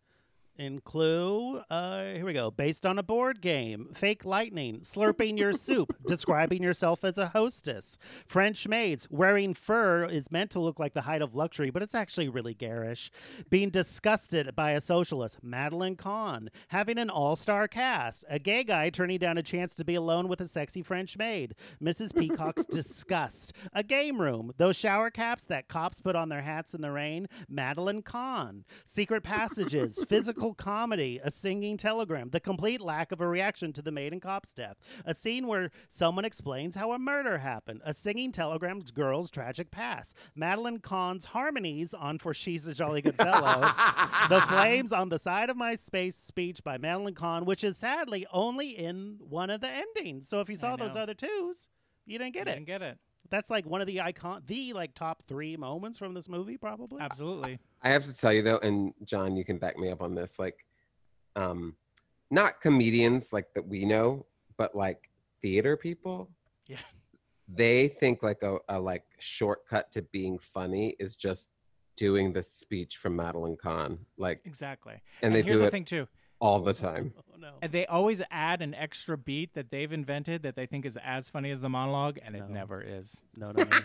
D: in Clue. Uh, here we go. Based on a board game, fake lightning, slurping your soup, describing yourself as a hostess, French maids, wearing fur is meant to look like the height of luxury, but it's actually really garish, being disgusted by a socialist, Madeline Kahn, having an all star cast, a gay guy turning down a chance to be alone with a sexy French maid, Mrs. Peacock's disgust, a game room, those shower caps that cops put on their hats in the rain, Madeline Kahn, secret passages, physical comedy, a singing telegram, the complete lack of a reaction to the maid and cop's death, a scene where someone explains how a murder happened, a singing telegram girl's tragic past, Madeline Kahn's harmonies on For She's a Jolly
G: [laughs]
D: Good Fellow,
E: [laughs]
D: The Flames on the Side of My Space speech by Madeline Kahn, which is sadly only in one of the endings. So if you saw those
C: know.
D: other twos, you didn't get
C: I
D: it.
C: didn't get it.
D: That's like one of the icon, the like top three moments from this movie, probably.
C: Absolutely.
E: I have to tell you though, and John, you can back me up on this. Like, um, not comedians like that we know, but like theater people.
C: Yeah.
E: They think like a, a like shortcut to being funny is just doing the speech from Madeline Kahn. Like,
C: Exactly. And,
E: and they
C: here's
E: do
C: the
E: it
C: thing too.
E: all the time.
D: [laughs] Oh no!
C: And They always add an extra beat that they've invented that they think is as funny as the monologue, and
D: No.
C: it never is.
D: No,
C: [laughs]
D: no, no.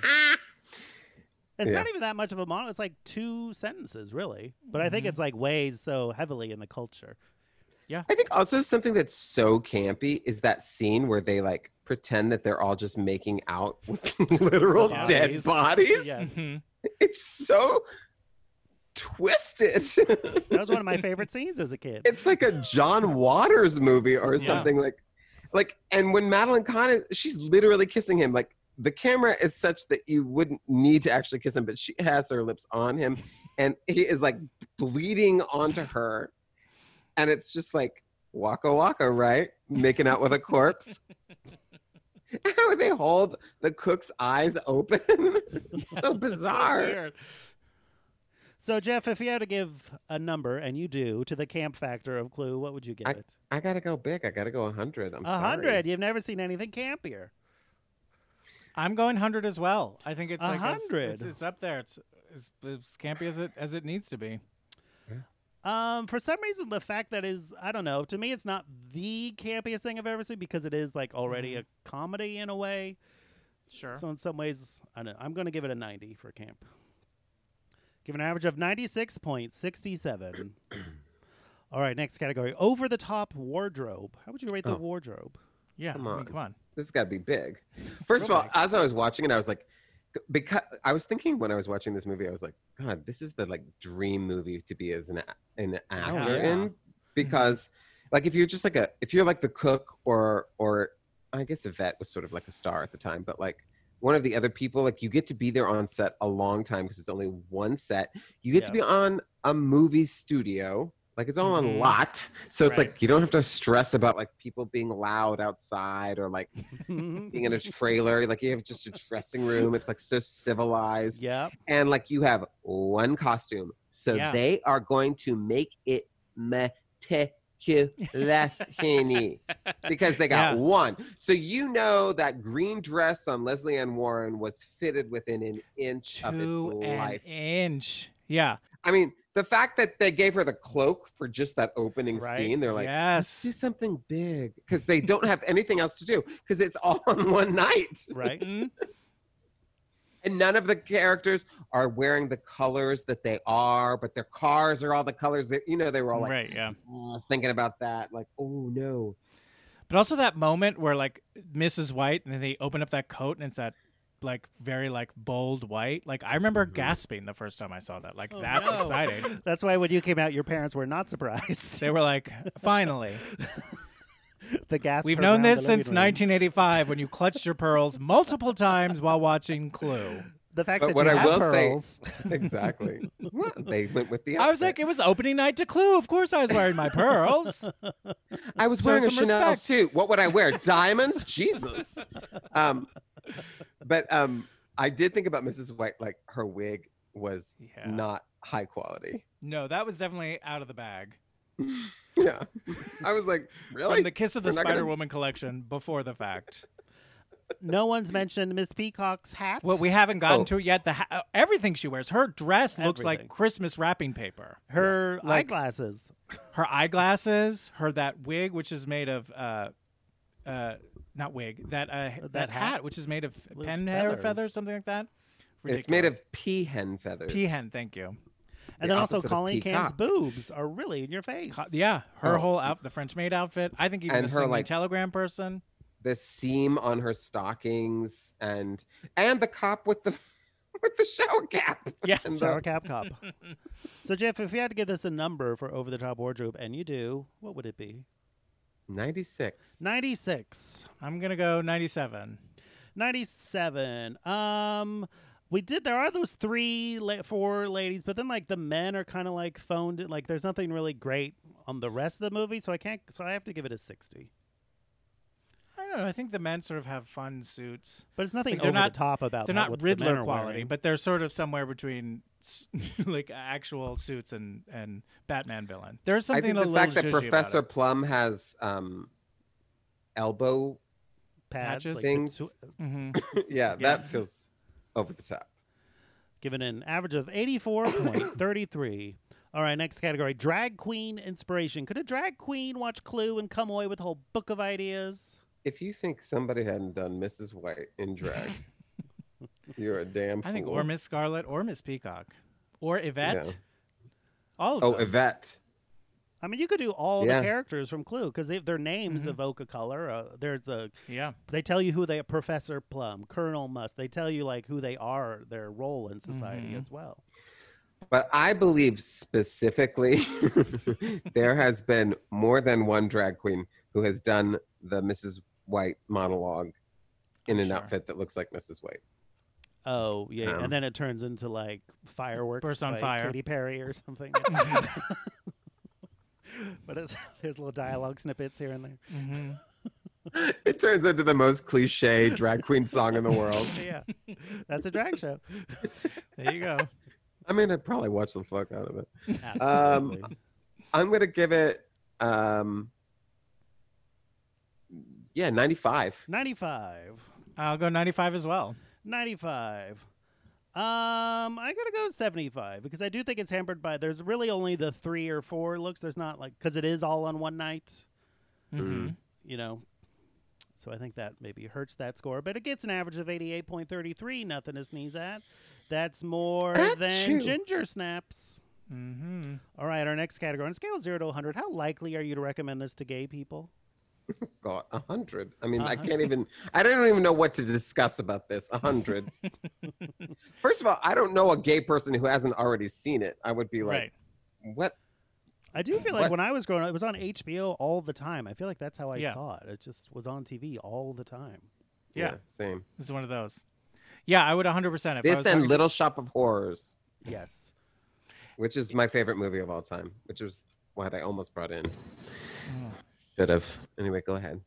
D: It's
E: Yeah.
D: not even that much of a monologue. It's like two sentences, really. But I think it's like weighs so heavily in the culture.
E: I think also something that's so campy is that scene where they like pretend that they're all just making out with [laughs] literal
D: Bodies.
E: dead bodies.
D: Yes.
C: Mhm.
E: It's so twisted.
D: that was one of my favorite scenes as a kid.
E: it's like a John Waters movie or
C: Yeah.
E: something like like and when Madeline Kahn is she's literally kissing him like the camera is such that you wouldn't need to actually kiss him but she has her lips on him and he is like bleeding onto her and it's just like waka waka right making out with a corpse how would they hold the cook's eyes open [laughs] It's so bizarre
D: So, Jeff, if you had to give a number, and you do, to the camp factor of Clue, what would you give
E: I-
D: it?
E: i gotta go big i gotta go 100 i'm
D: A
E: sorry.
D: hundred. You've never seen anything campier.
C: I'm going hundred as well. I think it's
D: A
C: like a s-
D: hundred.
C: It's, it's up there. It's as, as campy as it as it needs to be.
D: Um, for some reason, the fact that is, I don't know. To me, it's not the campiest thing I've ever seen because it is like already a comedy in a way.
C: Mm-hmm. Sure.
E: [laughs]
D: So in some ways, I don't know. I'm going to give it a 90 for camp. Give it an average
C: [coughs]
D: of 96.67. All right, next category: over the top wardrobe. How would you rate the
E: Oh.
D: wardrobe?
C: yeah.
E: come
C: I mean,
E: on.
C: come on.
E: this has got to be big. [laughs] First of all, as I was watching it, I was like, because I was thinking when I was watching this movie, I was like, God, this is the like dream movie to be as an a- an actor
C: yeah.
E: in, because like if you're just like a if you're like the cook or or I guess Yvette was sort of like a star at the time, but like one of the other people, like you get to be there on set a long time because it's only one set. You get to
D: Yeah.
E: be on a movie studio. Like it's all on
C: Mhm.
E: lot. So it's
C: Right.
E: like you don't have to stress about like people being loud outside or like [laughs]
D: [laughs]
E: being in a trailer. Like you have just a dressing room. It's like so civilized.
D: yeah,
E: And like you have one costume. So
C: Yeah.
E: they are going to make it meticulous,
C: [laughs]
E: honey, because they got
C: Yeah.
E: one. So you know that green dress on Leslie Ann Warren was fitted within an inch of
C: to
E: its
C: an
E: life.
C: inch. Yeah.
E: I mean, the fact that they gave her the cloak for just that opening
D: Right.
E: scene, they're like,
C: yes.
E: [laughs] do something big because they don't have anything else to do because it's all on one night.
D: right.
C: Mhm.
E: And none of the characters are wearing the colors that they are, but their cars are all the colors that you know they were all like
C: right. Yeah.
E: "Oh," thinking about that, like oh no, [laughs]
C: But also that moment where like Mrs. White and then they open up that coat and it's that like very like bold white. Like I remember
E: Mm-hmm.
C: gasping the first time I saw that. Like
D: Oh,
C: that's
D: no.
E: [laughs]
C: exciting.
D: That's why when you came out, your parents were not surprised.
C: They were like,
E: [laughs]
C: finally.
D: the gas.
C: We've
D: per
C: known
D: pound
C: this
D: balloon
C: since
D: wing.
C: 1985 when you clutched your pearls multiple times while watching Clue.
D: The fact
E: But
D: that
E: what
D: you
E: I
D: have
E: will say-
D: pearls.
E: exactly.
C: [laughs]
E: Well, they went with the.
C: I was like,
E: outfit.
C: it was opening night to Clue. Of course I was wearing my
E: [laughs]
C: pearls.
E: I was
C: show
E: wearing a
C: some
E: Chanel
C: respect.
E: suit. What would I wear? [laughs] Diamonds? Jesus. Um, but um, I did think about Mrs. White. Like her wig was
C: Yeah.
E: not high quality.
C: No, that was definitely out of the bag.
E: [laughs] Yeah, I was like, really?
C: From the Kiss of the
E: We're not gonna-
C: Spider Woman collection before the fact.
D: no one's mentioned Miss Peacock's hat.
C: Well, we haven't
E: Oh.
C: gotten to it yet. The ha- uh, everything she wears, her dress looks like
D: Everything.
C: Christmas wrapping paper.
D: her
C: like-
D: eyeglasses.
C: Her eyeglasses, her that wig, which is made of, uh, uh, not wig, that uh, that, hat.
D: hat.
C: which is made of
D: Little
C: pen hair
D: feathers.
C: feathers, something like that. Ridiculous.
E: It's made of peahen feathers.
C: peahen. Thank you.
D: And then also
E: opposite of
D: Colleen Cam's
E: peacock.
D: boobs are really in your face.
C: Co- Yeah, her
E: Oh.
C: whole out the French maid outfit. I think even
E: And
C: the
E: her,
C: singing
E: like-
C: telegram person.
E: The seam on her stockings and and the cop with the [laughs] with the shower cap.
C: Yeah.
E: And the-
D: Shower cap cop.
E: [laughs]
D: so Jeff, if you had to give this a number for over the top wardrobe, and you do, what would it be?
E: 96.
D: Ninety six.
C: I'm gonna go 97.
D: 97 um we did there are those three la- four ladies but then like the men are kind of like phoned in like there's nothing really great on the rest of the movie so i can't so i have to give it a 60
C: I don't know. I think the men sort of have fun suits.
D: but it's nothing
C: Like,
D: over the top about
C: they're
D: how-
C: not
D: what the men
C: Riddler
D: are
C: quality,
D: wearing.
C: but they're sort of somewhere between s- [laughs] like actual suits and and Batman villain. There's
E: I
C: something
E: think
C: a
E: the
C: little
E: fact that
C: zhuzhy about it.
E: Professor Plum has um elbow
D: Pads,
C: patches.
D: like,
E: Things.
D: betw-
C: Mhm.
E: yeah,
C: Yeah.
E: that feels over the top.
D: given an average of 84.33 all right next category drag queen inspiration could a drag queen watch clue and come away with a whole book of ideas
E: If you think somebody hadn't done Mrs. White in
C: [laughs]
E: drag, you're a damn fool.
C: I think or Miss Scarlet or Miss Peacock or Yvette.
E: Yeah.
C: All of
E: Oh,
C: them.
E: Yvette.
D: I mean, you could do all
E: Yeah.
D: the characters from Clue because their
C: Mm-hmm.
D: names evoke a color. Uh, there's the
C: Yeah.
D: they tell you who they Professor Plum, Colonel Must. They tell you like who they are, their role in society
C: Mm-hmm.
D: as well.
E: But I believe specifically [laughs] there has been more than one drag queen who has done the Mrs. White monologue in
C: I'm
E: an
C: sure.
E: outfit that looks like Mrs. White.
D: Oh yeah, yeah.
E: Um,
D: and then it turns into like fireworks,
C: Burst on
D: by
C: fire.
D: Katy Perry or
C: [laughs]
D: something. [laughs] but it's, there's little dialogue snippets here and there.
C: Mm-hmm.
E: It turns into the most cliche drag queen song in the world.
D: Yeah, that's a drag
C: [laughs]
D: show.
C: There you go.
E: I mean, I'd probably watch the fuck out of it.
D: [laughs]
G: Um,
E: Um,
D: Absolutely.
E: I'm going to give it, um, yeah, 95.
D: 95.
C: I'll go 95 as well.
D: 95. Um, I gotta go 75 because I do think it's hampered by there's really only the three or four looks. There's not like because it is all on one night,
C: hmm
D: you know. So I think that maybe hurts that score, but it gets an average of 88.33. Nothing to sneeze at. That's more than ginger snaps.
C: hmm
D: All right, our next category on a scale of zero to 100. How likely are you to recommend this to gay people?
E: God, 100. I mean, I
C: Uh-huh.
E: can't even, I don't even know what to discuss about
C: [laughs]
E: this. 100. First of all, I don't know a gay person who hasn't already seen it. I would be like,
C: Right.
E: what?
D: I do feel like
E: What-
D: when I was growing up, it was on HBO all the time. I feel like that's how I
C: Yeah.
D: saw it. It just was on TV all the time.
C: Yeah.
E: same.
C: It's one of those. Yeah, I would 100%. If I was
E: This and
C: talking-
E: Little Shop of Horrors,
D: Yes.
E: which is my favorite movie of all time, which is what I almost brought in. Should have. Anyway, go ahead.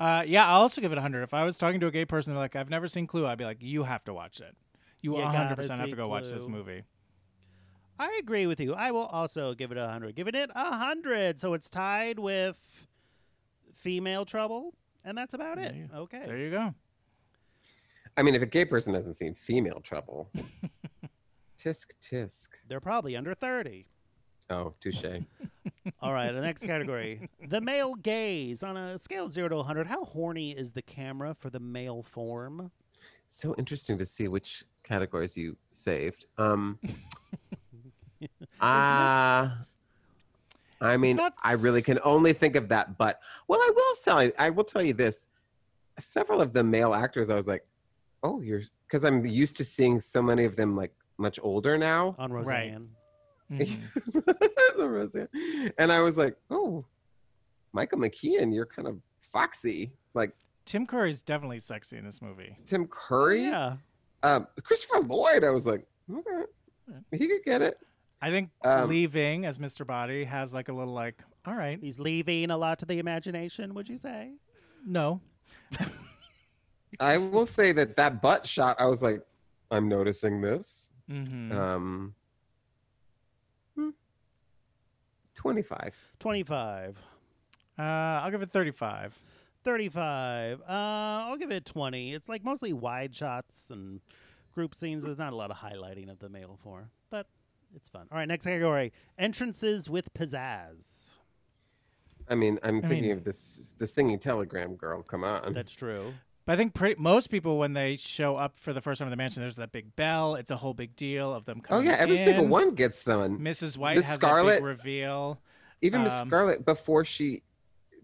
C: Uh, yeah, I'll also give it 100. If I was talking to a gay person, they're like, I've never seen Clue, I'd be like, you have to watch it. You
D: You gotta
C: 100% have
D: see
C: to go watch this
D: Clue."
C: movie.
D: I agree with you. I will also give it a 100. Giving it a 100. So it's tied with female trouble, and that's about it.
C: There you-
D: Okay.
C: There you go.
E: I mean, if a gay person hasn't seen Female
C: [laughs]
E: Trouble, tisk tisk.
D: They're probably under 30.
E: Oh, touche.
D: All right, the next
C: [laughs]
D: category the male gaze. On a scale of 0 to 100, how horny is the camera for the male form?
E: so interesting to see which categories you saved. Um, uh, I mean,
C: not
E: I really can only think of that. But well, I will tell you, I will tell you this: several of the male actors, I was like, "Oh, you're," because I'm used to seeing so many of them like much older now.
D: On
C: Right.
D: Roseanne.
C: Mhm.
E: [laughs] Mm-hmm. The Roseanne. and I was like, "Oh, Michael McKean, you're kind of foxy." Like
C: [laughs] Tim Curry is definitely sexy in this movie.
E: Tim Curry,
D: Yeah.
E: um, Christopher Lloyd. I was like, okay, he could get it.
C: I think
E: Um,
C: leaving as Mr. Body has like a little like, all right,
D: He's leaving a lot to the imagination, would you say?
C: no.
E: I will say that that butt shot, I was like, I'm noticing this.
C: hmm
E: Um, hmm. 25.
D: 25.
C: Uh, I'll give it 35.
D: 35. Uh, I'll give it 20. It's like mostly wide shots and group scenes. There's not a lot of highlighting of the male four, but it's fun. All right, next category entrances with pizzazz.
E: I mean, I'm thinking
C: mean-
E: of this the singing telegram girl. Come on.
D: That's true.
C: But I think pretty, most people, when they show up for the first time in the mansion, there's that big bell. It's a whole big deal of them
E: oh
C: coming.
E: yeah, every single
C: in.
E: one gets them.
C: Mrs. White
E: Miss
C: has that
E: Scarlet.
C: big reveal.
E: Even Miss
C: um,
E: Scarlet, before she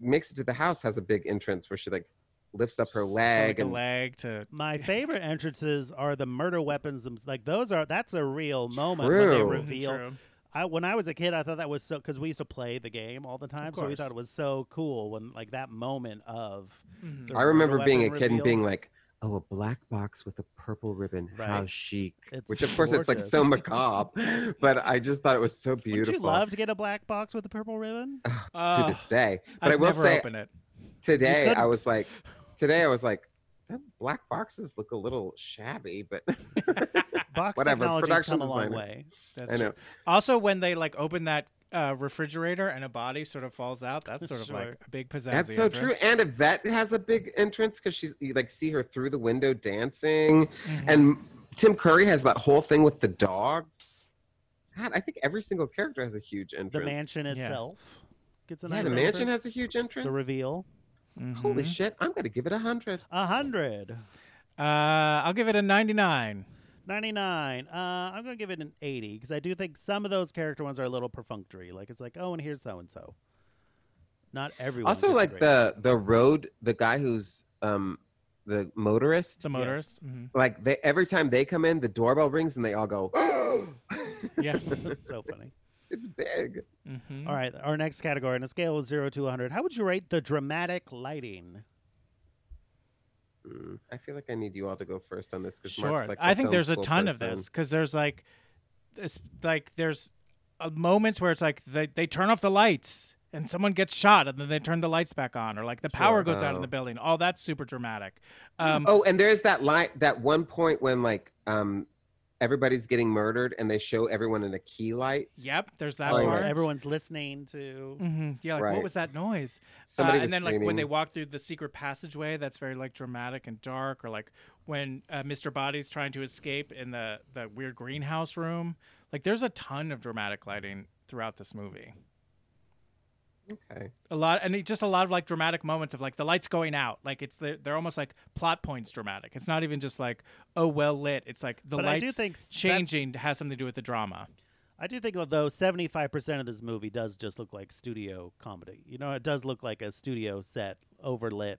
E: makes it to the house, has a big entrance where she like lifts up her leg
C: Like a
E: and
C: leg to
E: [laughs]
D: My favorite entrances are the murder weapons. Them like those are that's a real moment when they
E: Oh, True.
D: reveal.
C: True.
D: I, when I was a kid, I thought that was so because we used to play the game all the time, so we
C: course.
D: thought it was so cool when like that moment of.
C: Mm-hmm.
D: the
E: Hmm. I remember
D: murder
E: being a
D: weapon
E: kid and
D: reveal.
E: being like, "Oh, a black box with a purple ribbon, how
D: Right.
E: chic!"
D: It's
E: Which, of course, it's like [laughs]
D: [laughs]
E: so macabre, but I just thought it was so
D: Wouldn't
E: beautiful
D: you love to get a black box with a purple
E: [laughs]
D: ribbon?
E: to
C: Oh,
D: [sighs]
E: this day. But
C: I'd
E: I will
C: never
E: say,
C: open it.
E: today I
D: couldn't.
E: was like, today I was like, that black boxes look a little shabby, but
D: [laughs] Box
E: [laughs] Whatever,
D: technology's
E: production
D: come a long
E: designer.
D: way.
C: That's
E: I know.
C: true. Also, when they like open that uh, refrigerator and a body sort of falls out, that's sort of like
D: Sure.
C: a big pizzazz.
E: That's so true. And Yvette has a big entrance because she's you like see her through the window dancing, and Tim Curry has that whole thing with the dogs. God, I think every single character has a huge entrance.
D: The mansion
C: Yeah.
D: itself gets a
E: Yeah,
D: nice
E: the mansion
D: entrance.
E: has a huge entrance.
D: the mm-hmm. reveal.
C: Mm-hmm.
E: Holy shit! I'm gonna give it a hundred.
D: A hundred.
C: Uh, I'll give it a 99.
D: 99. Uh, I'm going to give it an 80 because I do think some of those character ones are a little perfunctory. Like, it's like, oh, and here's so and so. Not everyone.
E: Also,
D: gets a
E: like
D: great-
E: the the road, the guy who's um the motorist.
C: It's a motorist. Mhm.
E: Like they every time they come in, the doorbell rings and they all go. [gasps]
D: [laughs]
C: Yeah.
D: [laughs] That's so funny.
E: it's big.
C: Mhm.
D: All right. Our next category on a scale of 0 to 100. How would you rate the dramatic lighting?
E: Mm, I feel like I need you all to go first on this because
C: Sure.
E: Mark's like the
C: I think
E: film
C: there's a
E: school
C: ton of
E: person.
C: this because there's like, it's like there's uh, moments where it's like they, they turn off the lights and someone gets shot and then they turn the lights back on or like the power goes out in
E: Oh.
C: the building. All that's super
E: [laughs]
C: dramatic. Um,
E: Oh, and there's that line, that one point when like um everybody's getting murdered and they show everyone in a key light.
C: Yep. There's that
E: Oh,
D: Or
E: yeah.
C: part.
D: everyone's listening to.
C: Mhm. Yeah, like what
E: Right.
C: was that noise?
E: Somebody
C: uh,
E: was
C: and then like when they
E: screaming.
C: walk through the secret passageway, that's very like dramatic and dark. Or like when uh, Mr. Body's trying to escape in the the weird greenhouse room. Like there's a ton of dramatic lighting throughout this movie.
E: Okay.
C: A lot and it, just a lot of like dramatic moments of like the lights going out. Like it's the, they're almost like plot points dramatic. It's not even just like oh well lit. It's like the
D: But I
C: lights
D: do think s- that's-
C: changing has something to do with the drama.
D: I do think, though, 75% of this movie does just look like studio comedy. You know, it does look like a studio set, overlit,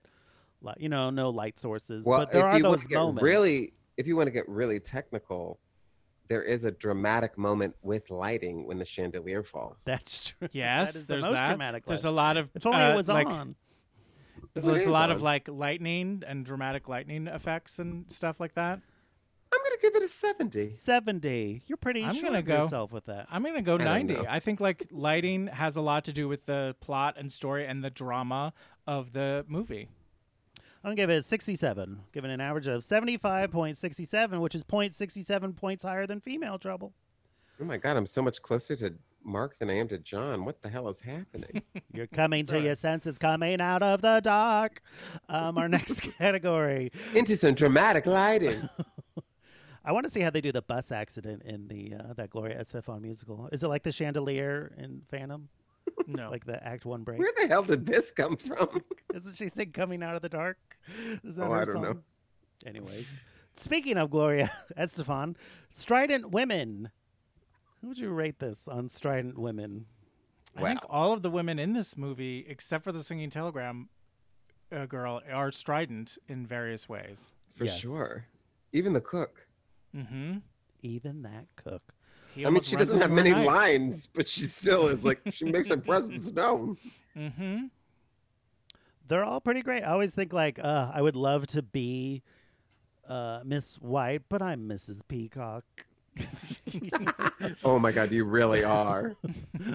D: li- you know, no light sources.
E: Well,
D: but there
E: if
D: are
E: you want
D: those
E: to get
D: moments.
E: really, if you want to get really technical, there is a dramatic moment with lighting when the chandelier falls.
D: [laughs] That's true.
C: Yes,
D: that is
C: there's
D: the most
C: that.
D: dramatic.
C: There's a
D: light.
C: lot of
D: If only
C: uh,
D: it was
C: like,
D: on.
C: There's
E: It
C: a
E: is
C: lot
E: on.
C: of like lightning and dramatic lightning effects and stuff like that.
E: I'm gonna give it a seventy.
D: Seventy. You're pretty
C: I'm
D: sure
C: gonna
D: of
C: go-
D: yourself with that.
C: I'm gonna go
E: don't
C: 90.
E: know.
C: I think like lighting has a lot to do with the plot and story and the drama of the movie.
D: I'm gonna give it a sixty-seven, giving an average of seventy-five point sixty-seven, which is 0.67 points higher than female trouble.
E: Oh my god, I'm so much closer to Mark than I am to John. What the hell is happening?
D: You're coming to your senses, coming out of the dark. Um, our next [laughs] category.
E: Into some
C: [laughs]
E: dramatic lighting.
D: I want to see how they do the bus accident in the uh, that Gloria Estefan musical. Is it like the chandelier in Phantom,
C: No,
D: like the Act One break?
E: Where the hell did this come from?
D: Doesn't she sing "Coming Out of the Dark"? Is that
E: Oh,
D: her
E: I don't
D: song?
E: know.
D: Anyways, speaking of Gloria [laughs] Estefan, strident women. How would you rate this on strident women?
C: I think all of the women in this movie, except for the singing telegram uh, girl, are strident in various ways.
E: For
D: Yes.
E: sure. Even the cook.
C: Mm-hmm.
D: Even that cook.
E: I mean, she doesn't have many lines, but she still is like she makes her presence known.
C: Mm-hmm.
D: They're all pretty great. I always think like, uh, I would love to be uh, Miss White, but I'm Mrs. Peacock.
E: [laughs] Oh my god, you really are.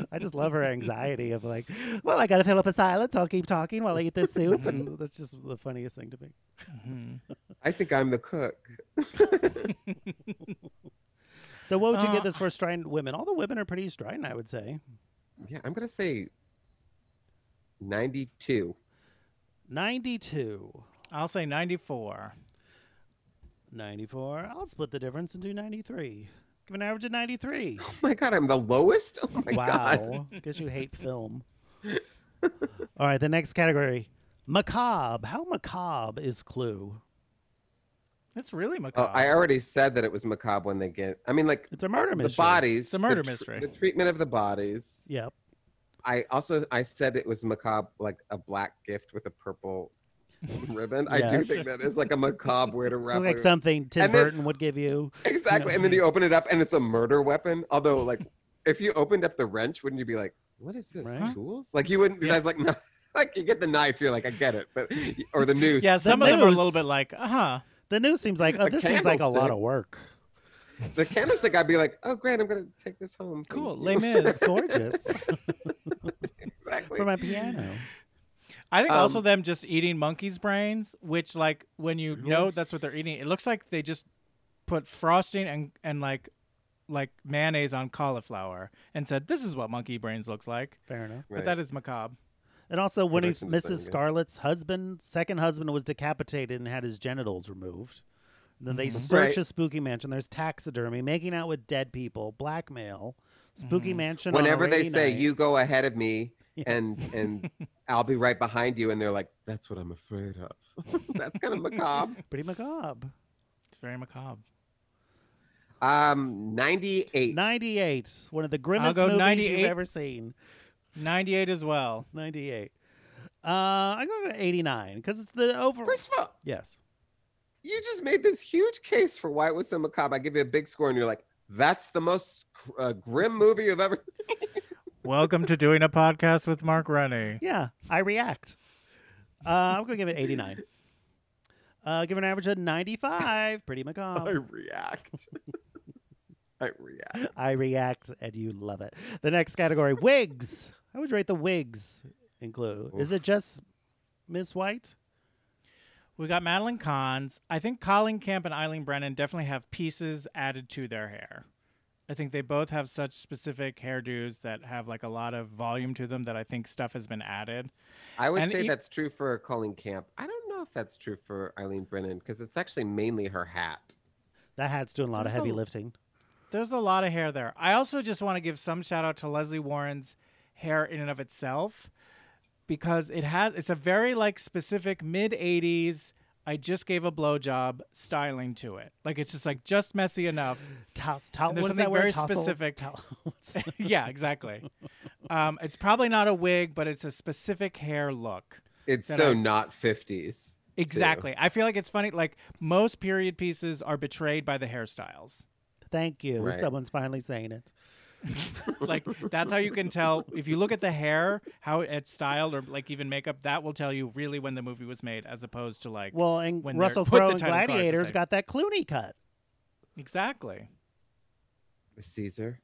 D: [laughs] I just love her anxiety of like, well, I gotta fill up a silence. I'll keep talking while I eat this soup,
E: [laughs]
D: and that's just the funniest thing to me.
E: I think I'm the cook.
D: So, what would you
C: Uh,
D: get this for strident women? All the women are pretty strident, I would say.
E: Yeah, I'm gonna say 92.
D: 92.
C: I'll say 94.
D: 94. I'll split the difference and do 93. Give an average of 93.
E: [laughs] Oh my god, I'm the lowest. Oh my god.
D: wow. Because you hate film. [laughs] All right, the next category macabre. How macabre is Clue?
C: That's really
E: Oh,
C: macabre.
E: I already said that it was macabre when they get. I mean, like
D: It's a murder
E: the
D: mystery.
E: bodies.
C: It's a murder
E: the
C: mystery.
E: The treatment of the bodies.
D: Yep.
E: I also I said it was macabre, like a black gift with a purple ribbon. I do
D: Yes.
E: think that is like a macabre way
D: [laughs]
E: to
D: It's
E: wrap
D: like
E: it.
D: something Tim
E: And then-
D: Burton would give you.
E: Exactly, and then you open it up, and it's a murder weapon. Although,
D: [laughs]
E: like, if you opened up the wrench, wouldn't you be like, "What is this?
D: Right?
E: Tools?" Like, you wouldn't. be
C: Yeah.
E: like, [laughs] no. Like, you get the knife, you're like, "I get it," but or the noose.
C: yeah, some of them are a little
D: news.
C: bit like, uh huh.
D: The news seems like, oh,
E: [laughs] A
D: this seems like a lot
E: candlestick.
D: of work.
E: the candlestick. I'd be like, "Oh, great, I'm gonna take this home." Thank
C: Cool.
E: you."
C: Les
E: [laughs]
C: Mis.
D: Gorgeous.
E: Exactly.
D: For my piano.
C: I think also
E: Um,
C: them just eating monkeys' brains, which like when you know that's what they're eating, it looks like they just put frosting and and like like mayonnaise on cauliflower and said this is what monkey brains looks like.
D: Fair enough.
C: But
E: Right.
C: that is macabre.
D: And also, when he,
E: Production design,
D: Mrs.
E: yeah.
D: Scarlett's husband, second husband, was decapitated and had his genitals removed. Then they search
E: Mm-hmm. Right.
D: a spooky mansion. There's taxidermy, making out with dead people, blackmail, spooky mansion. on a
E: Whenever they
D: rainy
E: say,
D: night.
E: "You go ahead of me," and
D: [laughs]
E: and I'll be right behind you, and they're like, "That's what I'm afraid of." [laughs] That's kind of macabre.
D: [laughs] pretty macabre.
C: It's very macabre.
E: Um, ninety-eight.
D: 98, one of the grimmest
C: go
D: movies
C: 98.
D: you've ever seen.
C: Ninety eight as
E: [laughs]
C: well.
D: 98. Uh, I go 89 because it's the over.
E: First of all,
D: Yes.
E: you just made this huge case for why it was so macabre. I give you a big score, and you're like, "That's the most gr- uh, grim movie you've ever." [laughs]
C: Welcome to doing a podcast with Mark Rennie.
D: Yeah, I react. Uh, I'm going to give it 89. Uh, give it an average of 95. Pretty
E: I
D: macabre.
E: react. [laughs] I react.
D: I react and you love it. The next category wigs. How would you rate the wigs in Clue? Is it just Miss White?
C: We got Madeline Kahns. I think Colin Camp and Eileen Brennan definitely have pieces added to their hair. I think they both have such specific hairdos that have like a lot of volume to them that I think stuff has been added.
E: I would
C: And
E: say
C: e-
E: that's true for Colleen Camp. I don't know if that's true for Eileen Brennan because it's actually mainly her hat.
D: That hat's doing a lot of
C: There's a-
D: heavy lifting.
C: There's a lot of hair there. I also just want to give some shout out to Leslie Warren's hair in and of itself because it has it's a very like specific mid 80s I just gave a blowjob styling to it. Like it's just like just messy enough.
D: Toss, toss,
C: And there's
D: what is that
C: something
D: word?
C: very
D: Tousle?
C: specific.
D: Tou-
C: [laughs] yeah, exactly. Um, it's probably not a wig, but it's a specific hair look.
E: It's
C: That
E: so
C: I-
E: not fifties.
C: Exactly. I feel like it's funny. Like most period pieces are betrayed by the hairstyles.
D: Thank you.
E: Right.
D: Someone's finally saying it.
C: like that's how you can tell if you look at the hair how it's styled or like even makeup that will tell you really when the movie was made as opposed to like
D: Well, and
C: when they're-
D: Russell
C: what the
D: Crowe and
C: title cards are
D: Gladiators
C: saying.
D: got that Clooney cut.
C: exactly
E: Caesar.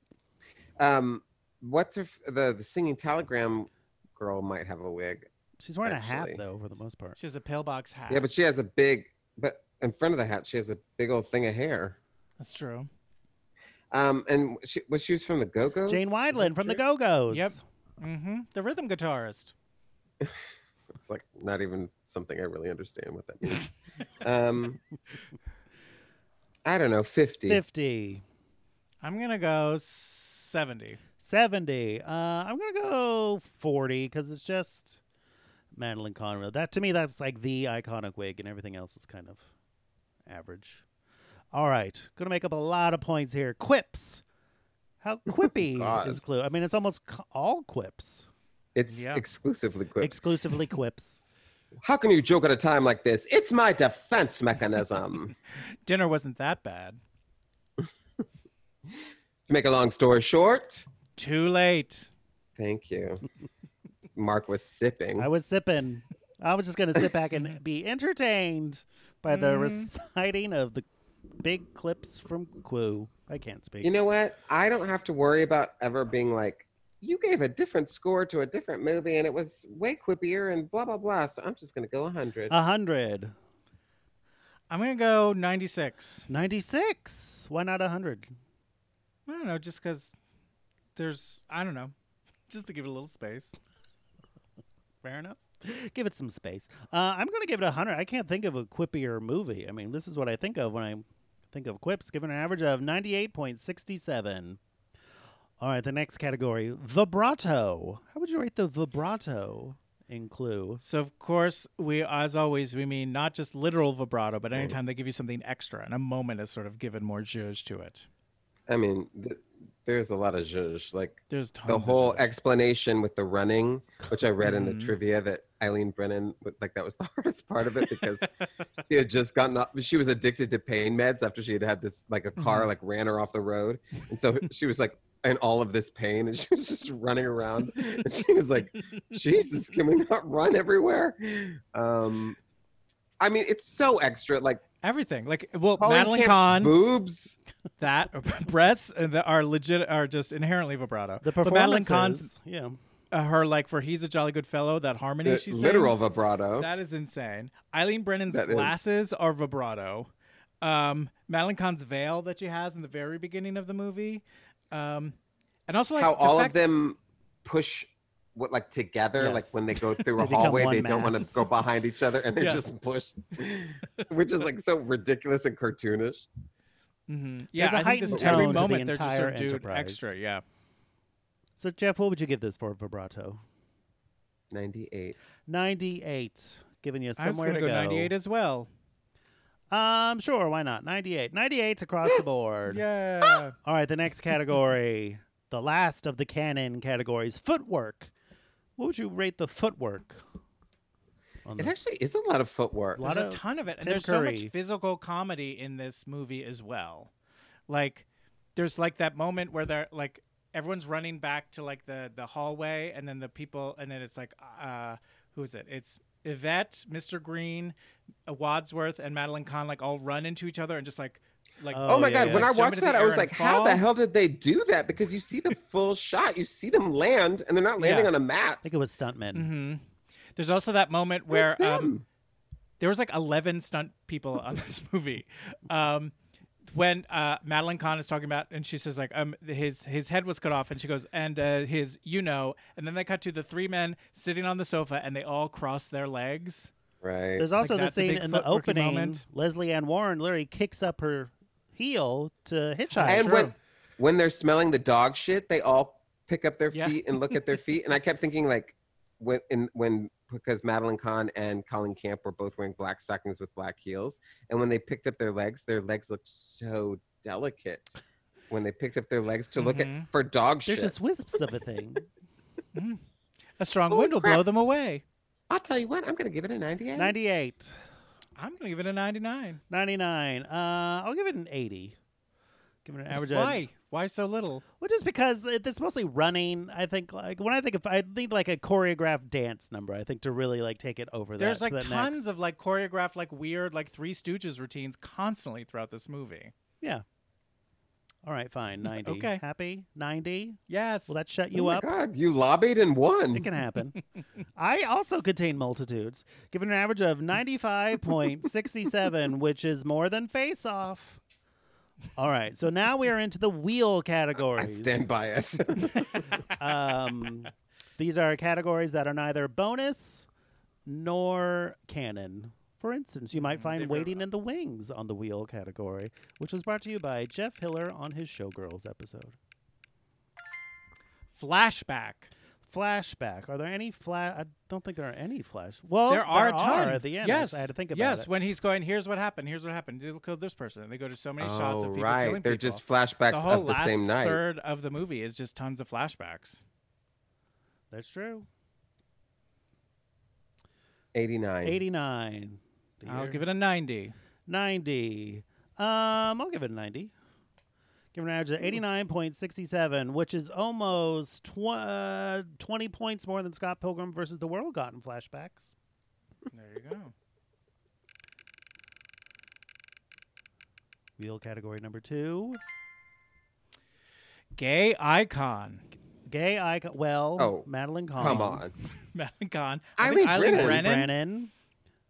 E: Um, what's her f- the the singing telegram girl might have a wig.
D: She's wearing a hat
E: Actually.
D: though, for the most part.
C: she has a pillbox hat
E: Yeah, but she has a big but in front of the hat she has a big old thing of hair.
C: that's true
E: Um, and she was she was from the Go Go's.
D: Jane Wideland from the Go Go's.
C: yep mm-hmm the rhythm guitarist
E: It's like not even something I really understand what that means. um, I don't know, fifty.
D: 50,
C: i'm gonna go 70
D: 70. Uh, I'm going to go 40 because it's just Madeline Conrad. That to me, that's like the iconic wig, and everything else is kind of average. All right. Going to make up a lot of points here. Quips.
E: [laughs]
D: How quippy
E: Oh, God.
D: is Clue? I mean, it's almost c- all quips,
E: It's
C: Yeah.
E: exclusively quick.
D: exclusively quips.
E: How can you joke at a time like this? It's my defense mechanism. [laughs]
C: dinner wasn't that bad
E: to make a long story short,
C: too late
E: thank you. Mark was sipping.
D: I was sipping. I was just going to sit back and be entertained by the
E: Mm-hmm.
D: reciting of the big clips from Clue. I can't speak.
E: You know what? I don't have to worry about ever being like, you gave a different score to a different movie and it was way quippier and blah, blah, blah. So I'm just going to go 100.
D: A hundred.
C: i'm gonna go 96
D: Ninety-six. Why not a hundred?
C: i don't know just because there's i don't know just to give it a little space
D: Fair enough. give it some space. Uh, I'm going to give it a 100. I can't think of a quippier movie. I mean, this is what I think of when I think of quips. Given an average of 98.67. All right, the next category vibrato. How would you rate the vibrato in Clue?
C: So of course we, as always, we mean not just literal vibrato, but anytime they give you something extra, and a moment is sort of given more zhuzh to it.
E: I mean, th- there's a lot of zhuzh. Like
C: There's
E: the
C: tons
E: whole
C: of zhuzh.
E: explanation with the running, which I read in the trivia that Eileen Brennan, like that was the [laughs] hardest part of it because she had just gotten up. She was addicted to pain meds after she had had this, like a car like ran her off the road, and so she was like in all of this pain, and she was just running around, and she was like, "Jesus, can we not run everywhere?" Um, I mean, it's so extra. Like
C: everything. Like well,
E: Colin
C: Madeline
E: Camp's
C: Kahn,
E: boobs.
C: [laughs] that or breasts and that are legit are just inherently vibrato.
D: The
C: but
D: performances,
C: Madeline Kahn's
D: yeah.
C: uh, her like for he's a jolly good fellow that harmony
E: Uh,
C: she sings,
E: literal vibrato.
C: That is insane. Eileen Brennan's
E: That is.
C: glasses are vibrato. Um, Madeline Kahn's veil that she has in the very beginning of the movie, um, and also like
E: how
C: the
E: all
C: fact-
E: of them push what like together like
D: Yes.
E: when
D: [laughs]
E: they go through a
D: They become
E: hallway
D: one
E: they don't want to
D: mass.
E: go behind each other and they're
C: Yeah.
D: [laughs]
E: just pushed which is like so ridiculous and cartoonish
C: Mhm. Yeah,
D: There's a
C: I think this-
D: heightened
C: every
D: tone to the
C: moment they're just
D: entire
C: sort of, dude,
D: enterprise.
C: extra. Yeah,
D: So, Jeff, what would you give this for vibrato?
E: 98
D: 98. Giving you
C: I was
D: somewhere
C: gonna
D: to
C: go 98 as well.
D: Um, sure, why not? 98. 98's across the board.
E: Ah!
C: Yeah.
D: All right, the next category, [laughs] the last of the canon categories, footwork. What would you rate the footwork? On
E: it
D: the-
E: actually is a lot of footwork
D: Lot
C: there's
D: of
C: a ton of it, and
D: Tim
C: there's so
D: Curry.
C: much physical comedy in this movie as well. Like, there's like that moment where they're like everyone's running back to like the the hallway, and then the people, and then it's like, uh, who is it? It's Yvette, Mr. Green, uh, Wadsworth, and Madeline Kahn like all run into each other and just like like
E: oh,
D: Oh,
E: my
D: yeah,
E: god when
D: yeah.
E: i
C: Jump
E: watched
C: into the
E: that i
C: air
E: was
C: and
E: like how the
C: fall.
E: hell did they do that because you see the full shot you see them land and they're not landing
C: Yeah.
E: on a mat
D: I think it was stuntmen.
C: Mm-hmm. There's also that moment where um,
E: them.
C: there was like 11 stunt people on [laughs] this movie. Um, when uh, Madeline Kahn is talking about, and she says like, um, his his head was cut off, and she goes, and uh, his, you know, and then they cut to the three men sitting on the sofa, and they all cross their legs.
E: right
D: There's also the
C: that's a
D: scene
C: big
D: in the
C: footworky
D: opening.
C: moment.
D: Leslie Ann Warren literally kicks up her heel to hitchhike.
E: and when when they're smelling the dog shit, they all pick up their
C: Yeah.
E: feet and look at their feet. And I kept thinking like when in, when because Madeline Kahn and Colin Camp were both wearing black stockings with black heels, and when they picked up their legs, their legs looked so delicate. When they picked up their legs to look
C: Mm-hmm.
E: at for dog
D: they're
E: shit,
D: just wisps of a
E: [laughs]
D: thing.
C: A strong
E: Holy
C: wind will
E: crap.
C: blow them away.
E: I'll tell you what, I'm gonna give it a 98.
D: 98,
C: I'm gonna give it a 99.
D: 99. Uh, I'll give it an 80. Give it an average of-
C: Why? Why so little?
D: Well, just because it, it's mostly running, I think. Like when I think of, I need like a choreographed dance number. I think to really like take it over.
C: There's
D: that, to
C: like
D: that
C: tons
D: next-
C: of like choreographed, like weird, like Three Stooges routines constantly throughout this movie.
D: yeah. All right, fine. Ninety.
C: Okay.
D: Happy ninety.
C: Yes.
D: Will that shut
E: Oh
D: you
E: my
D: up?
E: God, you lobbied and
D: It
E: won.
D: can
E: [laughs]
D: happen. I also contain multitudes, given an average of ninety-five point sixty-seven, which is more than Face Off. All right, so now we are into the wheel
E: I
D: categories.
E: stand by
C: [laughs]
E: it.
D: um, these are categories that are neither bonus nor canon. For instance, you
E: Mm,
D: might find Waiting in the Wings on the Wheel category, which was brought to you by Jeff Hiller on his Showgirls episode.
C: Flashback.
D: Flashback. Are there any flash? I don't think there are any flash. Well,
C: there are, a ton.
D: Oh, at the end. I
C: Yes,
D: just- I had to think about
C: yes,
D: it.
C: when he's going, here's what happened. Here's what happened. They killed this person. And they go to so many shots of
E: oh
C: people
E: right,
C: killing
E: they're
C: people.
E: just flashbacks
C: the whole
E: of the
C: last
E: same night.
C: third of the movie is just tons of flashbacks.
D: That's true.
E: 89.
D: 89. The
C: I'll
D: year-
C: give it a ninety.
D: 90. Um, I'll give it a 90. Give it an average of 89.67, which is almost tw- uh, 20 points more than Scott Pilgrim versus the World got in flashbacks.
C: There you go.
D: Wheel category number two.
C: Gay icon. [laughs]
D: Gay icon. Well,
E: Oh,
D: Madeline Kahn.
E: Come on.
C: Madeline Kahn.
E: Eileen Brennan.
D: Brennan.
C: Brennan.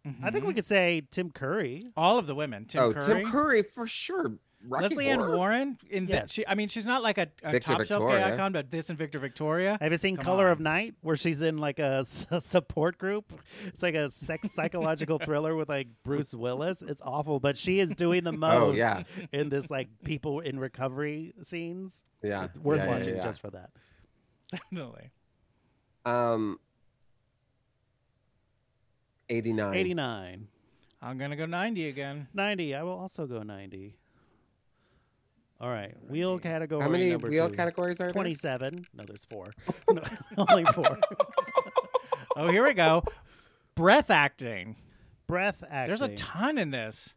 C: Mm-hmm.
D: I think we could say Tim Curry.
C: All of the women. Tim
E: oh,
C: Curry.
E: Tim Curry for sure Rocky
C: Leslie Ann
E: Horror?
C: Warren in that
D: Yes.
C: she I mean she's not like a, a
E: Victor
C: top shelf gay
E: Victoria.
C: icon, but this and Victor Victoria.
D: Have you seen
C: Come
D: Color of
C: on.
D: Night, where she's in like a s- [laughs] support group? It's like a sex psychological thriller with like Bruce Willis. It's awful, but she is doing the most
E: [laughs] Oh, yeah.
D: in this like people in recovery scenes.
E: Yeah,
D: It's worth
E: yeah, yeah,
D: watching
E: yeah.
D: just for that.
C: [laughs] Definitely.
E: Um, eighty nine.
D: Eighty nine.
C: I'm gonna go ninety again.
D: 90. I will also go 90. All right. Wheel category.
E: How many
D: number
E: wheel
D: two.
E: categories are there?
D: 27. No, there's
E: [laughs]
D: four. No, [laughs] only four.
C: Oh, here we
E: [laughs]
C: go. Breath acting.
D: Breath acting.
C: There's a ton in this.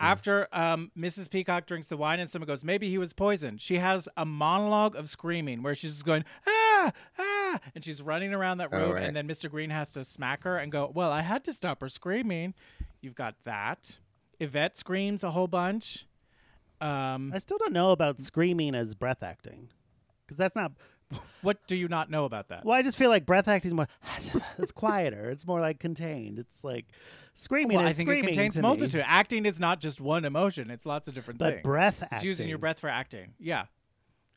C: After um, Mrs. Peacock drinks the wine and someone goes, maybe he was poisoned. She has a monologue of screaming where she's just going, ah, ah, and she's running around that
E: Oh,
C: room.
E: right.
C: And then Mr. Green has to smack her and go, well, I had to stop her screaming. You've got that. Yvette screams a whole bunch. Um,
D: I still don't know about screaming as breath acting. Because that's not.
C: what do you not know about that?
D: Well, I just feel like breath acting is more. [sighs] it's quieter. It's more like contained. It's like screaming.
C: Well,
D: is
C: I think it
D: screaming
C: contains
D: to me.
C: multitude. Acting is not just one emotion; it's lots of different
D: But
C: things.
D: breath
C: It's using your
D: acting.
C: breath for acting. Yeah,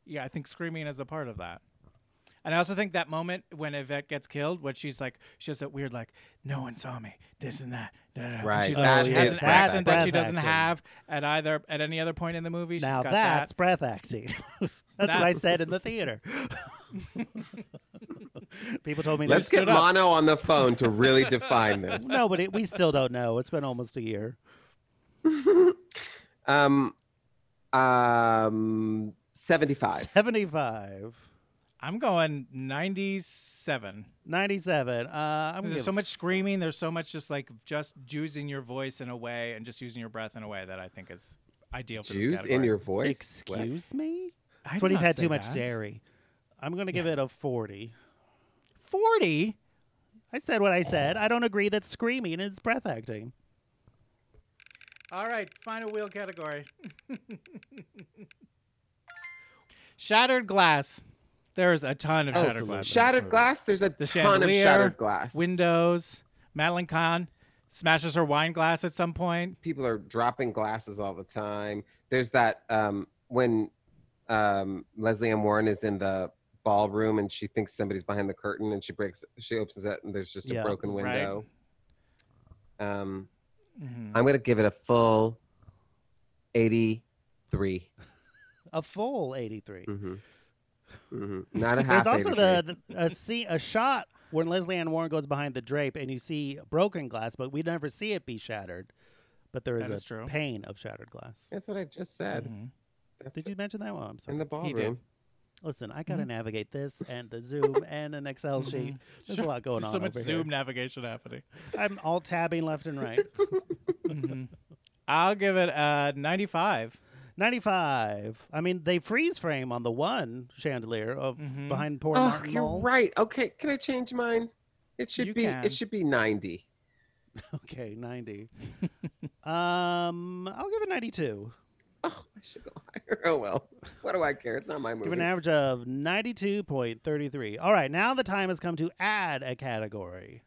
C: yeah. I think screaming is a part of that. And I also think that moment when Yvette gets killed, when she's like, she has that weird like, no one saw me, this and that. Da, da, da. And
E: Right.
C: She,
D: That
C: she
D: is
C: has an
D: breath
C: accent that she
D: acting.
C: doesn't have at either at any other point in the movie. She's
D: Now
C: got
D: that's
C: that.
D: breath acting. [laughs] that's, what I
C: That's-
D: said in the theater. [laughs] People told me to
E: Let's get Mono on the phone to really define this.
C: [laughs]
D: No, but it, we still don't know. It's been almost a year.
E: Um, um, seventy five.
D: 75.
C: I'm going 97.
D: 97. Uh, I'm
C: There's
D: give
C: so much screaming. There's so much just like just using your voice in a way and just using your breath in a way that I think is ideal for this
E: Jews in
C: category.
E: your voice. What?
D: Excuse me?
C: I
D: That's
C: did
D: when you've
C: not
D: had
C: say
D: too much
C: that.
D: dairy. I'm going to give it a 40.
C: Forty.
D: I said what I said. I don't agree that screaming is breath acting.
C: All right, final wheel category. [laughs] shattered glass. There's a ton of shattered glass. in this
E: Oh, Shattered
C: movie.
E: glass. There's a
C: The
E: ton of
C: chandelier,
E: shattered glass.
C: Windows. Madeline Kahn smashes her wine glass at some point.
E: people are dropping glasses all the time. There's that um, when um, Leslie Ann Warren is in the ballroom and she thinks somebody's behind the curtain and she breaks, she opens it and there's just
D: Yeah,
E: a broken
C: right. Mm-hmm,
E: window. Um, I'm gonna give it a full 83.
D: A full 83.
E: hmm hmm Not a half.
D: There's also
E: 83.
D: the, the a, scene, a shot when Leslie Ann Warren goes behind the drape and you see broken glass, but we never see it be shattered. But there is
C: That
D: a
C: is true.
D: pane of shattered glass.
E: That's what I just said.
C: mm-hmm.
E: That's
D: Mm-hmm. Did you mention that one? I'm sorry.
E: in the
C: He did.
E: ballroom? Mm-hmm.
D: Listen, I gotta navigate
E: [laughs]
D: this and the Zoom and an Excel sheet. There's a lot going
C: There's
D: on.
C: so much
D: over
C: Zoom
D: Here.
C: navigation happening.
D: I'm all tabbing left and
E: [laughs]
D: right.
C: Mm-hmm. [laughs] I'll give it a 95.
D: 95. I mean, they freeze frame on the one chandelier of
C: Mm-hmm.
D: behind poor
E: Oh,
D: Martin
E: you're
D: Mull.
E: right. Okay, can I change mine? It should
C: You
E: be.
C: can.
E: It should be 90.
D: Okay,
C: [laughs]
D: 90. um, I'll give it 92.
E: [laughs] Oh, I should go higher. Oh well. What do I care? It's not my
D: Give
E: movie.
D: an average of 92.33. All right, now the time has come to add a category.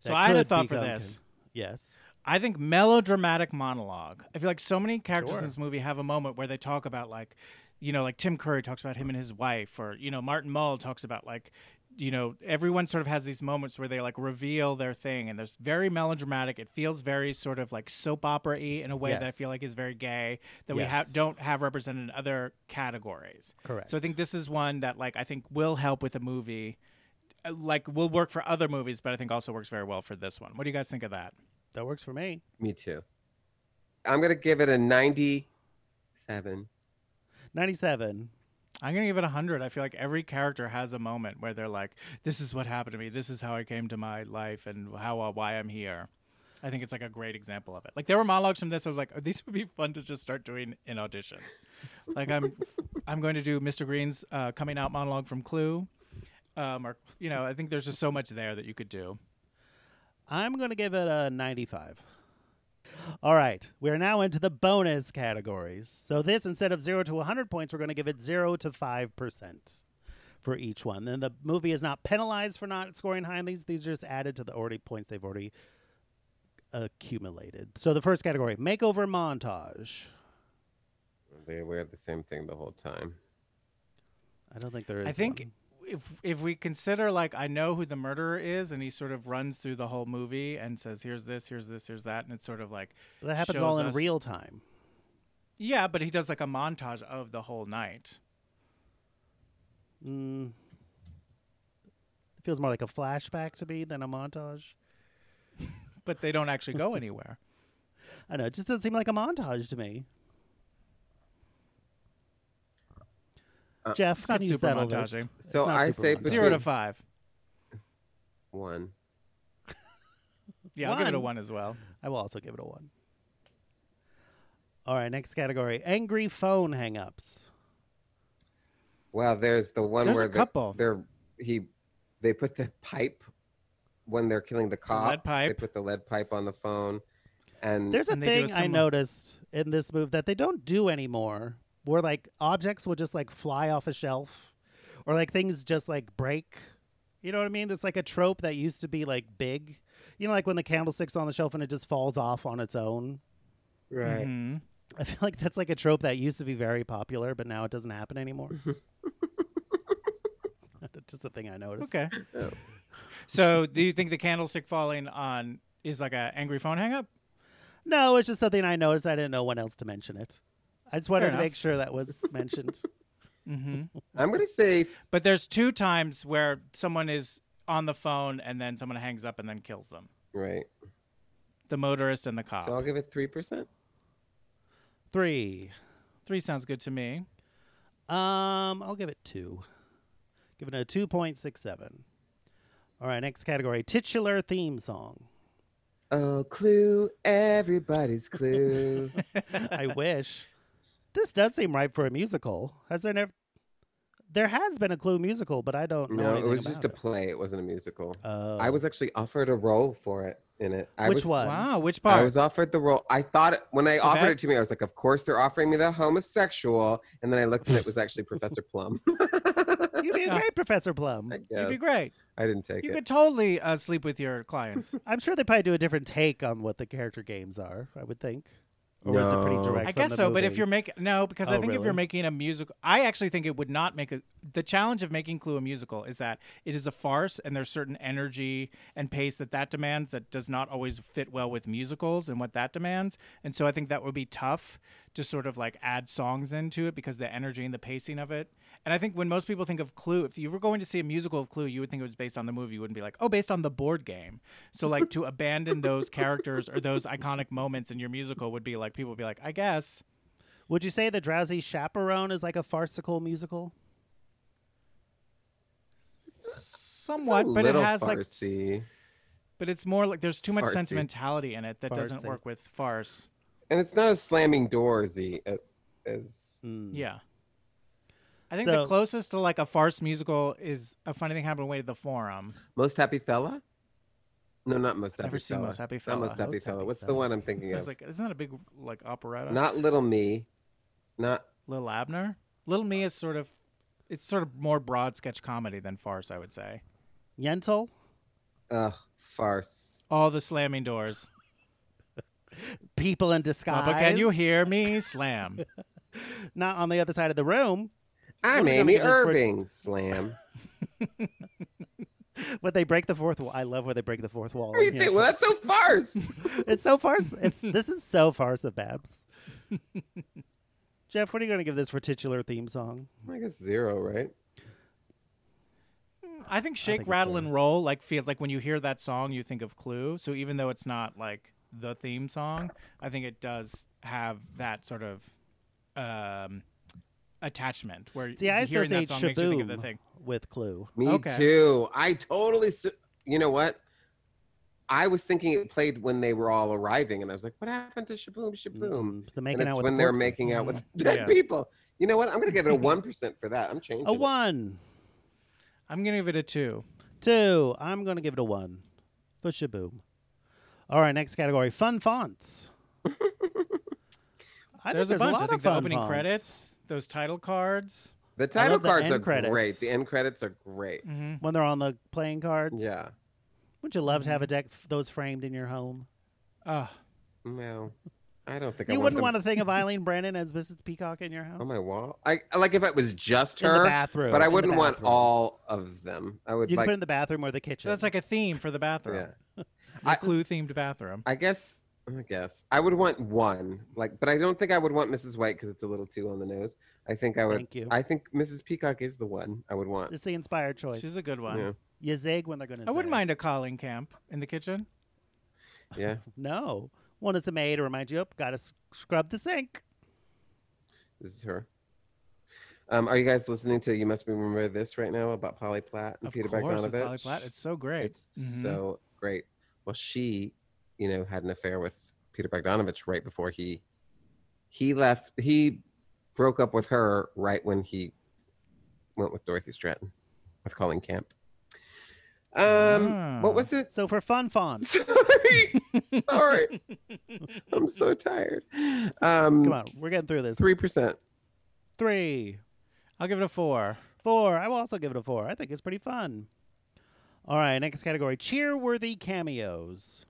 C: So
D: that
C: I had a
D: could
C: thought for
D: become
C: this.
D: con- Yes.
C: I think melodramatic monologue. I feel like so many characters
D: Sure.
C: in this movie have a moment where they talk about like, you know, like Tim Curry talks about him and his wife, or you know, Martin Mull talks about like, you know, everyone sort of has these moments where they like reveal their thing, and there's very melodramatic. It feels very sort of like soap opera y in a way that I
D: Yes.
C: feel like is very gay that we
D: Yes.
C: have don't have represented in other categories.
D: Correct.
C: So I think this is one that like I think will help with a movie. uh, Like will work for other movies, but I think also works very well for this one. What do you guys think of that?
D: That works for me.
E: Me too. I'm gonna give it a 97.
D: 97.
C: I'm gonna give it a hundred. I feel like every character has a moment where they're like, "This is what happened to me. This is how I came to my life, and how uh, why I'm here." I think it's like a great example of it. Like there were monologues from this. I was like, oh, "These would be fun to just start doing in auditions." like I'm, [laughs] I'm going to do Mr. Green's uh, coming out monologue from Clue, um, or you know, I think there's just so much there that you could do.
D: I'm going to give it a 95. All right, we are now into the bonus categories. So, this instead of 0 to 100 points, we're going to give it 0 to 5% for each one. Then the movie is not penalized for not scoring high on these. These are just added to the already points they've already accumulated. So, the first category makeover montage.
E: Exactly. We had the same thing the whole time.
D: I don't think there is.
C: I think
D: one.
C: if if we consider like I know who the murderer is, and he sort of runs through the whole movie and says, "Here's this, here's this, here's that," and it's sort of like
D: that happens
C: shows
D: all in
C: us-
D: real time.
C: Yeah, but he does like a montage of the whole night.
D: Mm. It feels more like a flashback to me than a montage.
C: But they don't actually
D: [laughs]
C: go anywhere.
D: I know it just doesn't seem like a montage to me. Jeff,
C: It's
D: how
C: not
D: do you
C: super
D: settle this?
C: montaging.
E: So
D: not
E: I
D: super
E: say
D: long.
E: between
C: Zero to five.
E: one.
C: Yeah, I'll give it a
D: One.
C: one as well.
D: I will also give it a one. All right, next category: angry phone hangups.
E: Well, there's the one
C: There's a
E: where the-
C: couple.
E: they're he they put the pipe when they're killing the cop.
C: lead pipe.
E: They put the lead pipe on the phone, and
D: There's a
C: And they do
D: thing I
C: some-
D: noticed in this move that they don't do anymore, where like objects will just like fly off a shelf, or like things just like break. You know what I mean? It's like a trope that used to be like big. You know, like when the candlestick's on the shelf and it just falls off on its own. [laughs]
E: right.
C: Mhm.
D: I feel like that's like a trope that used to be very popular, but now it doesn't happen
C: [laughs]
D: anymore. [laughs] That's Oh. just a thing I noticed.
C: Okay.
D: [laughs]
C: So, do you think the candlestick falling on is like a angry phone hang up?
D: No, it's just something I noticed. I didn't know when else to mention it. I just wanted to
C: enough.
D: make sure that was
C: [laughs]
D: mentioned.
E: I'm gonna say
C: Mm-hmm. But there's two times where someone is on the phone and then someone hangs up and then kills them.
E: right.
C: The motorist and the cop.
E: So I'll give it three percent.
D: Three.
C: Three sounds good to me.
D: Um, I'll give it two. Give it a two point six seven. All right, next category: titular theme song.
E: Oh, clue! Everybody's clue.
C: [laughs]
D: I wish this does seem ripe for a musical. Has there never? There has been a Clue musical, but I don't know.
E: no, it
D: anything
E: was just a
D: about it.
E: play. It wasn't a musical.
D: Oh.
E: I was actually offered a role for it in it. I
D: Which one?
E: was,
C: Wow, which
E: I
C: part?
E: was offered the role. I thought it- when they offered
C: that-
E: it to me, I was like, "Of course, they're offering me the homosexual." And then I looked, and it was actually Professor Plum. [laughs]
D: You'd be a great Professor Plum.
E: I
C: It'd be
E: guess.
C: great.
E: I didn't take
C: You
E: it.
C: could totally uh, sleep with your clients.
D: I'm sure they probably do a different take on what the character games are. I would think, or was it pretty
E: No.
D: direct?
C: I
D: from
C: guess
D: the
C: so, but if
D: movie?
C: you're making no, because I
D: Oh,
C: think if
D: really?
C: you're making a musical, I actually think it would not make a. The challenge of making Clue a musical is that it is a farce, and there's certain energy and pace that that demands that does not always fit well with musicals and what that demands. And so I think that would be tough to sort of like add songs into it because the energy and the pacing of it. And I think when most people think of Clue, if you were going to see a musical of Clue, you would think it was based on the movie. You wouldn't be like, oh, based on the board game. So like
D: [laughs]
C: to abandon those characters or those iconic moments in your musical would be like people would be like, I guess.
D: would you say the Drowsy Chaperone is like a farcical musical?
C: somewhat, but it has like,
E: farcy.
C: but it's more like there's too much
E: Farcy.
C: sentimentality in it that doesn't
D: Farcy.
C: work with farce.
E: and it's not as slamming doorsy as as
C: Hmm. Yeah, I think the
D: Mm. So-
C: closest to like a farce musical is a funny thing happened way to the forum.
E: most happy fella. No, not most happy.
C: Never seen
E: fella.
C: Most Happy
E: Not
C: Fella.
E: most happy
D: Most
E: fella.
D: Happy
E: What's the
D: Fella.
E: one I'm
C: [laughs]
E: thinking
C: I
E: of?
C: was like, isn't that a big like operetta?
E: not little me. Not
C: Little Abner. Little Me is sort of, it's sort of more broad sketch comedy than farce, I would say.
D: Yentl.
E: uh farce.
C: All the slamming doors.
D: People in disguise.
C: Papa, can you hear me slam?
D: Not on the other side of the room.
E: I'm
D: We're gonna
E: Amy
D: get this for-
E: Irving. Slam.
D: But they break the fourth wall. I love where they break the fourth
E: [laughs]
D: wall.
E: What do you
D: in here.
E: think? Well, that's so farce.
D: [laughs]
E: [laughs]
D: it's so far. It's this is so far, so Babs. [laughs] Jeff, what are you going to give this for titular theme song?
E: I guess zero, right?
C: I think Shake,
D: it's
C: Rattle,
D: fair.
C: and Roll like feels like when you hear that song, you think of Clue. So even though it's not like the theme song, I think it does have that sort of um, attachment where
D: See, I
C: hearing that
D: associate
C: song makes you think of the
D: Shaboom
C: thing.
D: with Clue.
E: Me
C: Okay.
E: too. I totally. s- You know what? I was thinking it played when they were all arriving, and I was like, "What happened to Shaboom Shaboom?"
D: Mm, the making
E: and
D: out
E: it's
D: with the
E: when they're
D: corpses.
E: making out
D: [laughs]
E: with dead
C: Yeah.
E: people. You know what? I'm gonna give it a one percent for that. I'm changing.
D: A
E: it.
D: one,
C: I'm gonna give it a two.
D: two. I'm going to give it a one for Shaboom. All right, next category:
C: [laughs]
D: fun fonts. I think
C: There's, a bunch.
D: lot
C: I think
D: of
C: the
D: fun
C: opening
D: fonts.
C: credits, those title cards.
E: The title
D: love the
E: cards
D: end
E: are great.
D: credits.
E: The end credits are great.
C: Mm-hmm.
D: when they're on the playing cards.
E: Yeah.
C: Mm-hmm.
D: Wouldn't you love to have a deck f- those framed in your home?
C: Oh,
E: No. I don't think I
D: You
E: want
D: wouldn't
E: them
D: want a thing of Eileen Brandon as Mrs. Peacock in your house.
E: on Oh my wall. I I like if it was just
D: In the
E: her,
D: bathroom,
E: but I
D: in the
E: wouldn't want
D: bathroom.
E: all of them. I would
D: you can
E: like
D: put it in the bathroom or the kitchen.
C: That's like a theme for the bathroom.
E: I-
C: Clue themed bathroom.
E: I guess. I guess I would want one, like, but I don't think I would want Mrs. White because it's a little too on the nose. I think I would.
D: Thank you.
E: I think Mrs. Peacock is the one I would want.
C: [laughs]
D: it's the inspired choice.
C: She's a good one.
E: Yeah.
D: you zig when they're going to.
C: I wouldn't mind a calling camp in the kitchen.
E: Yeah,
D: No, one is a maid to remind you. Up, got to scrub the sink.
E: this is her. Um, are you guys listening to "You Must Remember This" right now about Polly Platt and
C: Of
E: Peter
C: course, with
E: Bogdanovich?
C: Polly Platt. It's so great.
E: It's
D: Mm-hmm.
C: Mhm.
E: so great. Well, she, you know, had an affair with Peter Bogdanovich right before he he left. He broke up with her right when he went with Dorothy Stratton with Colin Camp. Um,
C: Ah.
E: what was it? [laughs]
D: So for fun, fun.
E: Sorry,
D: [laughs]
E: sorry. I'm so tired.
D: Come
E: Um,
D: on, we're getting through this.
E: three percent.
D: three,
C: I'll give it a four.
D: four. I will also give it a four. I think it's pretty fun. All right, next category: cheerworthy cameos.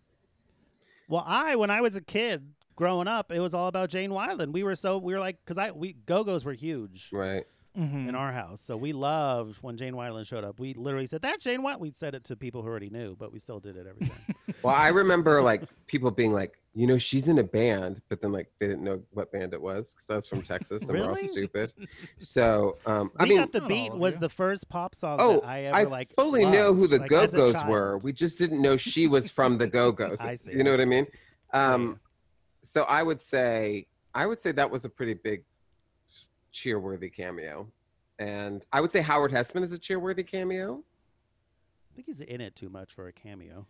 D: Well, I when I was a kid growing up, it was all about Jane Wyland. We were so we were like because I we Go Go's were huge.
E: Right.
C: Mm-hmm.
D: in our house. So we loved when Jane Wyland showed up. We literally said, That's Jane Wyland. We said it to people who already knew, but we still did it every time.
E: Well, I remember like people being like, you know, she's in a band, but then like they didn't know what band it was because I was from Texas and we're all
D: Really?
E: stupid. So um, I
D: we
E: mean,
D: Got the
C: Not all
D: Beat
C: of
D: was
C: you.
D: the first pop song
E: oh,
D: that I
E: I,
D: ever like.
E: fully know who
D: loved,
E: the
D: like,
E: Go
D: as a
E: Go's
D: child.
E: were. We just didn't know she was from the Go
D: [laughs]
E: Go's.
D: I see,
E: You know
D: I
E: what I
D: see, I
E: mean?
D: see.
E: Um, so I would say, I would say that was a pretty big cheerworthy cameo, and I would say Howard Hessman is a cheerworthy cameo.
D: I think he's in it too much for a cameo.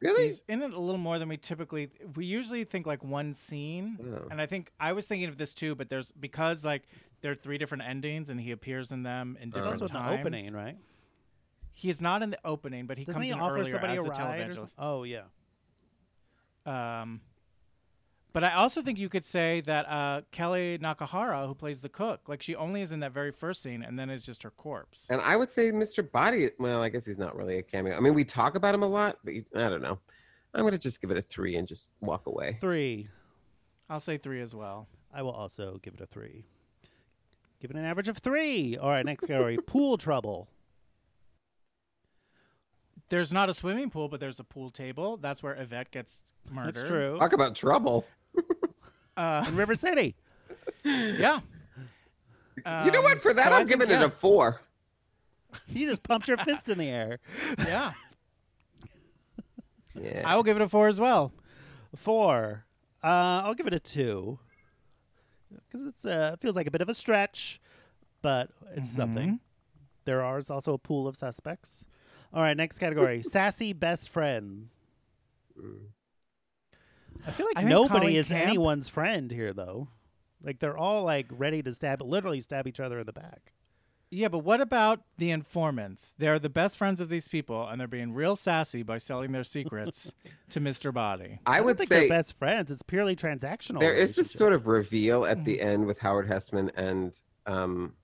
E: Really?
C: He's in it a little more than we typically. We usually think like one scene,
E: Oh.
C: and I think I was thinking of this too. But there's because like there are three different endings, and he appears in them in
D: There's
C: different
D: also
C: times.
D: an opening, right?
C: He is not in the opening, but he
D: Doesn't
C: comes
D: he
C: in
D: offer
C: earlier
D: somebody
C: as
D: a
C: the
D: ride? Or
C: televangelist.
D: something? oh, yeah.
C: Um, but I also think you could say that uh, Kelly Nakahara, who plays the cook, like she only is in that very first scene, and then it's just her corpse.
E: And I would say Mr. Body. Well, I guess he's not really a cameo. I mean, we talk about him a lot, but you, I don't know. I'm gonna just give it a three and just walk away.
D: Three.
C: I'll say three as well.
D: I will also give it a three. Give it an average of three. All right, next
E: [laughs]
D: category Pool Trouble.
C: There's not a swimming pool, but there's a pool table. That's where Yvette gets murdered.
D: That's true.
E: Talk about trouble.
C: Uh,
D: In River City.
C: yeah.
E: you know what? For that, I'm giving it a four.
D: You just pumped your fist in the air.
C: a. Yeah.
E: Yeah.
C: I will give it a four as well.
D: Four. Uh, I'll give it a two because it's uh, it feels like a bit of a stretch, but it's
C: Mm-hmm.
D: something. There are is also a pool of suspects. All right,
C: [laughs]
D: next category: sassy best friend. I feel
C: Mm. I
D: like
C: think Colin
D: nobody is
C: Camp-
D: anyone's friend here, though. Like they're all like ready to stab, literally stab each other in the back.
C: Yeah, but what about the informants? They're the best friends of these people, and they're being real sassy by selling their secrets to Mr. Body.
E: I
D: I don't
E: would
D: think
E: say
D: they're best friends. It's purely transactional.
E: there is this
D: relationship.
E: sort of reveal at the end with Howard Hessman and um,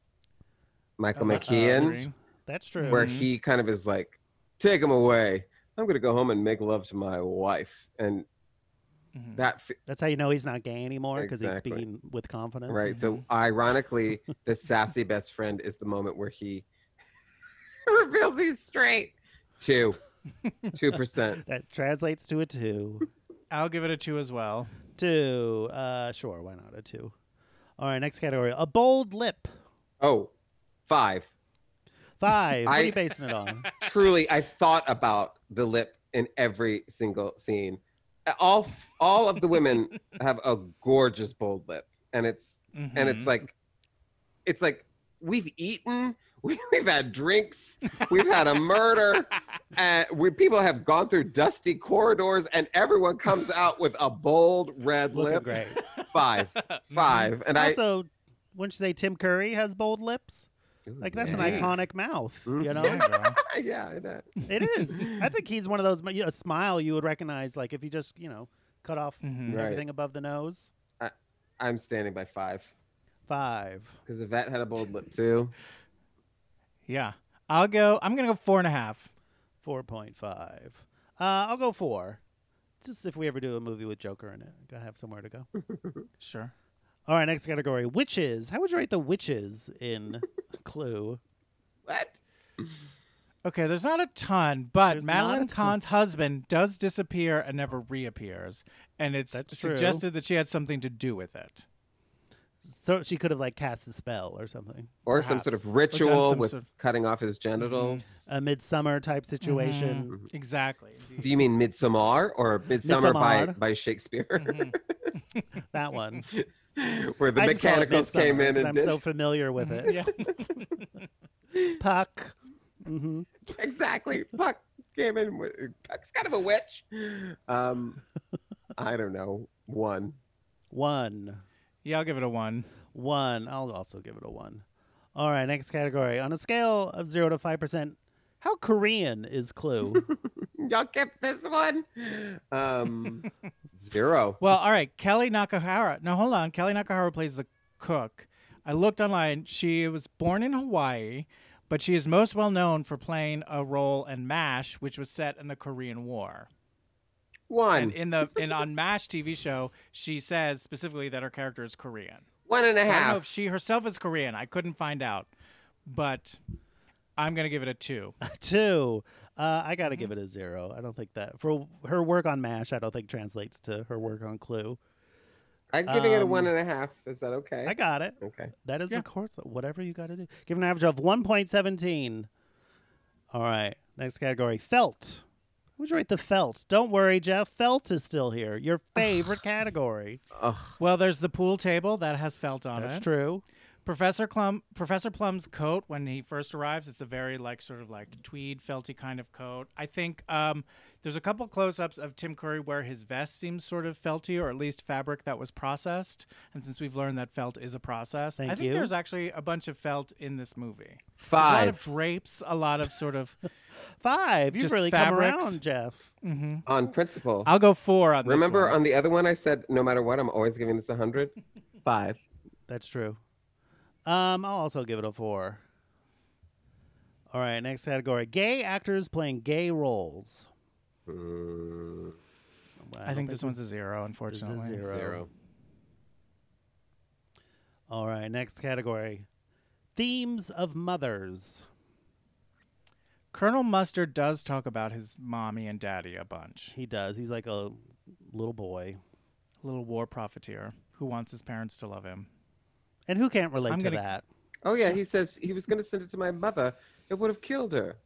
E: Michael
C: Uh,
E: McKeon,
C: Screen.
D: That's true.
E: where he kind of is like, "Take him away. I'm gonna go home and make love to my wife." And that f-
D: That's how you know he's not gay anymore because
E: Exactly.
D: he's speaking with confidence.
E: Right. So ironically, the sassy best friend is the moment where he [laughs] reveals he's straight. Two. Two percent.
D: That translates to a two.
C: I'll give it a two as well.
D: two. Uh, sure, why not a two? All right, next category. A bold lip.
E: Oh, five.
D: Five. what are
E: I-
D: you basing it
E: [laughs]
D: on?
E: Truly, I thought about the lip in every single scene. All all of the [laughs] women have a gorgeous bold lip. And it's
C: Mm-hmm.
E: and it's like it's like we've eaten [laughs] we, we've had drinks we've had a [laughs] murder and we people have gone through dusty corridors and everyone comes out with a bold red
D: Looking
E: lip
D: great.
E: [laughs] five five and i
D: also, wouldn't you say Tim Curry has bold lips? Like that's an
E: Indeed.
D: iconic mouth. You know,
E: Mm-hmm. yeah I know.
D: it is. I think he's one of those a smile you would recognize. Like if you just you know cut off
E: Right.
D: everything above the nose.
E: i'm standing by five
D: Five.
E: because yvette had a bold lip too
C: Yeah. I'll go. I'm gonna go four and a half.
D: Four point five. Uh, I'll go four. just if we ever do a movie with Joker in it, gotta have somewhere to go.
C: Sure.
D: All right, next category: witches. How would you rate the witches in
E: [laughs]
D: Clue?
E: What?
C: Okay, there's not a ton, but
D: There's not a
C: Madeline
D: ton.
C: Kahn's husband does disappear and never reappears, and it's
D: That's true.
C: suggested that she had something to do with it.
D: So she could have like cast a spell or something,
E: Or some sort of
C: Perhaps. Or done
E: ritual
C: some
E: with
C: sort of- Mm-hmm.
E: cutting off his genitals.
D: a midsummer type situation.
E: Mm-hmm.
C: Exactly.
E: Do you mean Midsummer or Midsummer by,
D: Midsommar.
E: by Shakespeare?
D: That one.
C: Mm-hmm.
E: Where [laughs] the
D: I just call it
E: mechanicals came
D: Midsommar
E: in
D: 'cause
E: and
D: I'm
E: did
D: so familiar with it.
C: Yeah.
D: Puck.
E: [laughs]
D: Mm-hmm.
C: [laughs]
E: exactly. Puck came in. with- Puck's kind of a witch. Um,
C: [laughs]
E: I don't know. One.
D: One.
C: Yeah, I'll give it a one.
D: One. I'll also give it a one. All right, next category. On a scale of zero to five percent, how Korean is
E: [laughs]
D: Clue? [laughs]
E: Y'all kept this one.
C: [laughs]
E: Um, zero.
C: Well, all right. Kelly Nakahara. No, hold on. Kelly Nakahara plays the cook. I looked online. She was born in Hawaii, but she is most well known for playing a role in MASH, which was set in the Korean War.
E: One.
C: And in the and on MASH TV show, she says specifically that her character is Korean.
E: one and a
C: So I don't know if
E: half.
C: she herself is Korean. I couldn't find out, but I'm gonna give it a two.
D: Two. Uh, I
E: Mm-hmm.
D: gotta give it a zero. I don't think that for her work on Mash, I don't think translates to her work on Clue.
E: I'm giving it a
C: um,
E: one and a half. Is that okay?
D: I got it.
E: Okay.
D: That is of course whatever you gotta do. Give an average of one point seventeen. All right. Next category. Felt. Would you rate the felt? Don't worry, Jeff. Felt is still here. Your favorite category.
C: Well, there's the pool table that has felt on
D: That's
C: it.
D: true.
C: Professor Plum, Professor Plum's coat when he first arrives, it's a very like sort of like tweed felty kind of coat. I think um, there's a couple close-ups of Tim Curry where his vest seems sort of felty or at least fabric that was processed. And since we've learned that felt is a process,
D: Thank
C: I think
D: you.
C: there's actually a bunch of felt in this movie. There's a lot
E: Five
C: of drapes, a lot of sort of.
D: Five. You've
C: Just
D: really
C: fabrics?
D: come around, Jeff.
E: on principle.
C: I'll go four on this.
E: Remember
C: one.
E: on the other one, I said no matter what, I'm always giving this a hundred.
C: [laughs]
E: Five.
D: That's true. Um, I'll also give it a four. All right, next category: gay actors playing gay roles. I
C: I
D: don't
C: think this one's a zero,
D: this is
C: unfortunately.
D: zero.
E: Zero.
D: All right, next category: themes of mothers.
C: Colonel Mustard does talk about his mommy and daddy a bunch.
D: He does. He's like a little boy,
C: Little war profiteer who wants his parents to love him.
D: and who can't relate
C: I'm
D: to
C: gonna-
D: that?
E: Oh yeah, he says he was going to send it to my mother. It would have killed her.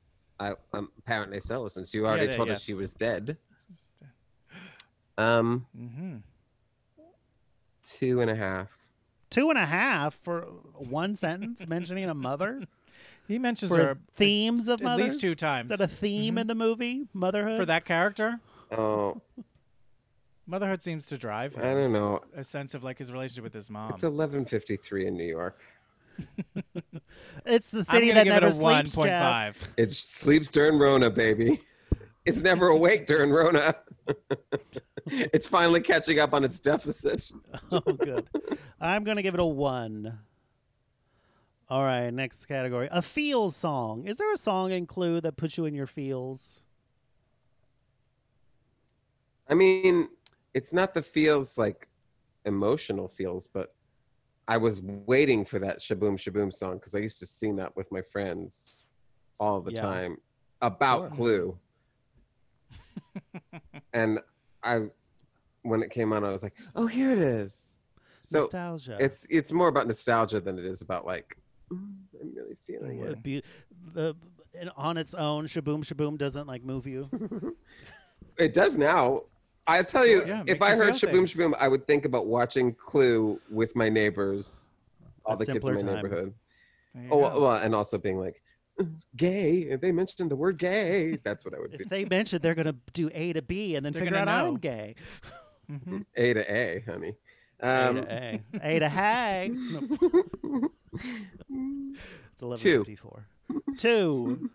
E: I, um, apparently so, since you already
C: yeah,
E: told
C: yeah.
E: us she was dead. Um, two and a half.
D: Two and a half for one sentence mentioning
C: [laughs]
D: a mother
C: He mentions
D: for
C: her
D: themes of
C: at least
D: mothers.
C: two times. Mm-hmm.
D: Is that a theme in the movie? Motherhood
C: for that character.
E: Oh,
C: Motherhood seems to drive
E: I
C: him.
E: don't know.
C: a sense of like his relationship with his mom.
E: It's eleven fifty three in New York.
D: It's the
C: I'm
D: city
C: gonna
D: that
C: give
D: never
C: it a one
D: sleeps.
C: point
D: Jeff.
C: five.
E: It sleeps during Rona, baby. It's never awake during Rona. [laughs] it's finally catching up on its deficit.
D: Oh, good. I'm gonna give it a one. All right, next category: a feels song. Is there a song in Clue that puts you in your feels?
E: I mean, it's not the feels like emotional feels, but I was waiting for that shaboom shaboom song because I used to sing that with my friends all the
D: Yeah.
E: time about Clue. and I, when it came on, I was like, "Oh, here it is." So
D: Nostalgia.
E: it's it's more about nostalgia than it is about like "Mm, I'm really feeling
D: A
E: it.
D: be- the and on its own. Shaboom shaboom doesn't like move you.
E: It does now. I tell you,
C: yeah, it
E: if
C: makes
E: I
C: you
E: heard
C: feel
E: Shaboom
C: things.
E: Shaboom, I would think about watching Clue with my neighbors, all
D: A
E: the kids in my
D: simpler time.
E: neighborhood.
C: There you
E: Oh,
C: go.
E: well, and also being like, gay. If they mentioned the word gay, that's what I would be. [laughs]
D: If they mention they're gonna do A to B and then
C: They're
D: figure out
C: gonna
D: I'm
C: know.
D: gay.
E: A to A, honey.
D: A
E: Um,
D: to A. A to
E: [laughs]
D: hey. No. it's eleven
E: Two.
D: fifty four. Two.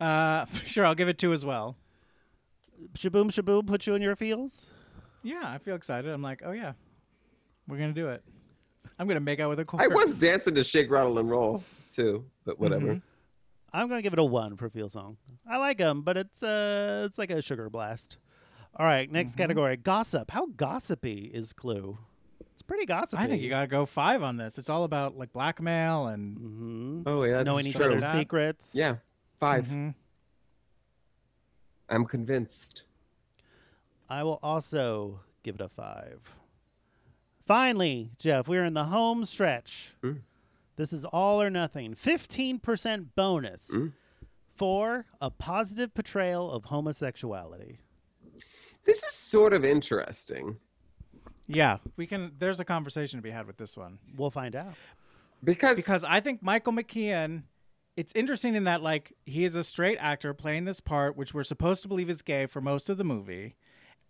C: Uh, [laughs] sure, I'll give it two as well.
D: Shaboom shaboom put you in your feels.
C: Yeah, I feel excited. I'm like, oh yeah, we're gonna do it. I'm gonna make out with a
E: I
C: corpse.
E: was dancing to Shake, Rattle, and Roll, too,
C: Mm-hmm.
E: but whatever.
D: I'm gonna give it a one for feel song. I like them, but it's uh it's like a sugar blast. All right, next
C: Mm-hmm.
D: category gossip. How gossipy is Clue? It's pretty gossipy.
C: I think you got to go five on this. It's all about like blackmail and
E: Oh yeah, that's
D: know any
E: true.
D: other secrets.
E: Yeah, 5
C: Mm-hmm.
E: i I'm convinced.
D: I will also give it a five. Finally, Jeff, we're in the home stretch. This is all or nothing. 15% bonus for a positive portrayal of homosexuality.
E: This is sort of interesting
C: yeah, we can. There's a conversation to be had with this one
D: We'll find out.
E: because,
C: because I think Michael McKean. It's interesting in that like he is a straight actor playing this part, which we're supposed to believe is gay for most of the movie,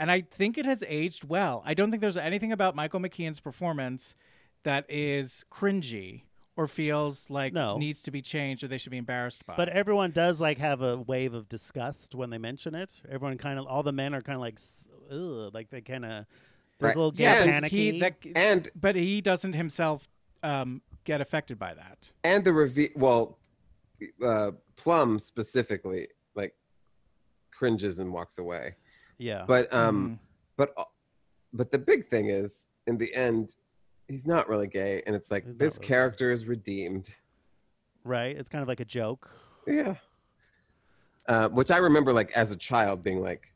C: and I think it has aged well. I don't think there's anything about Michael McKean's performance that is cringy or feels like
D: No.
C: needs to be changed or they should be embarrassed by.
D: But everyone does like have a wave of disgust when they mention it. Everyone kind of, all the men are kind of like, s- ugh, like they kind of, there's
E: Right.
D: a little gay
E: Yeah,
D: panicky.
C: he that,
E: and
C: but he doesn't himself um, get affected by that.
E: and the review. Well, uh, Plum specifically like cringes and walks away.
D: yeah. Mm-hmm.
E: But um, but but the big thing is in the end, he's not really gay, and it's like
D: He's not
E: this
D: really gay.
E: character is redeemed.
D: right? It's kind of like a joke.
E: Yeah. Uh, which I remember like as a child being like,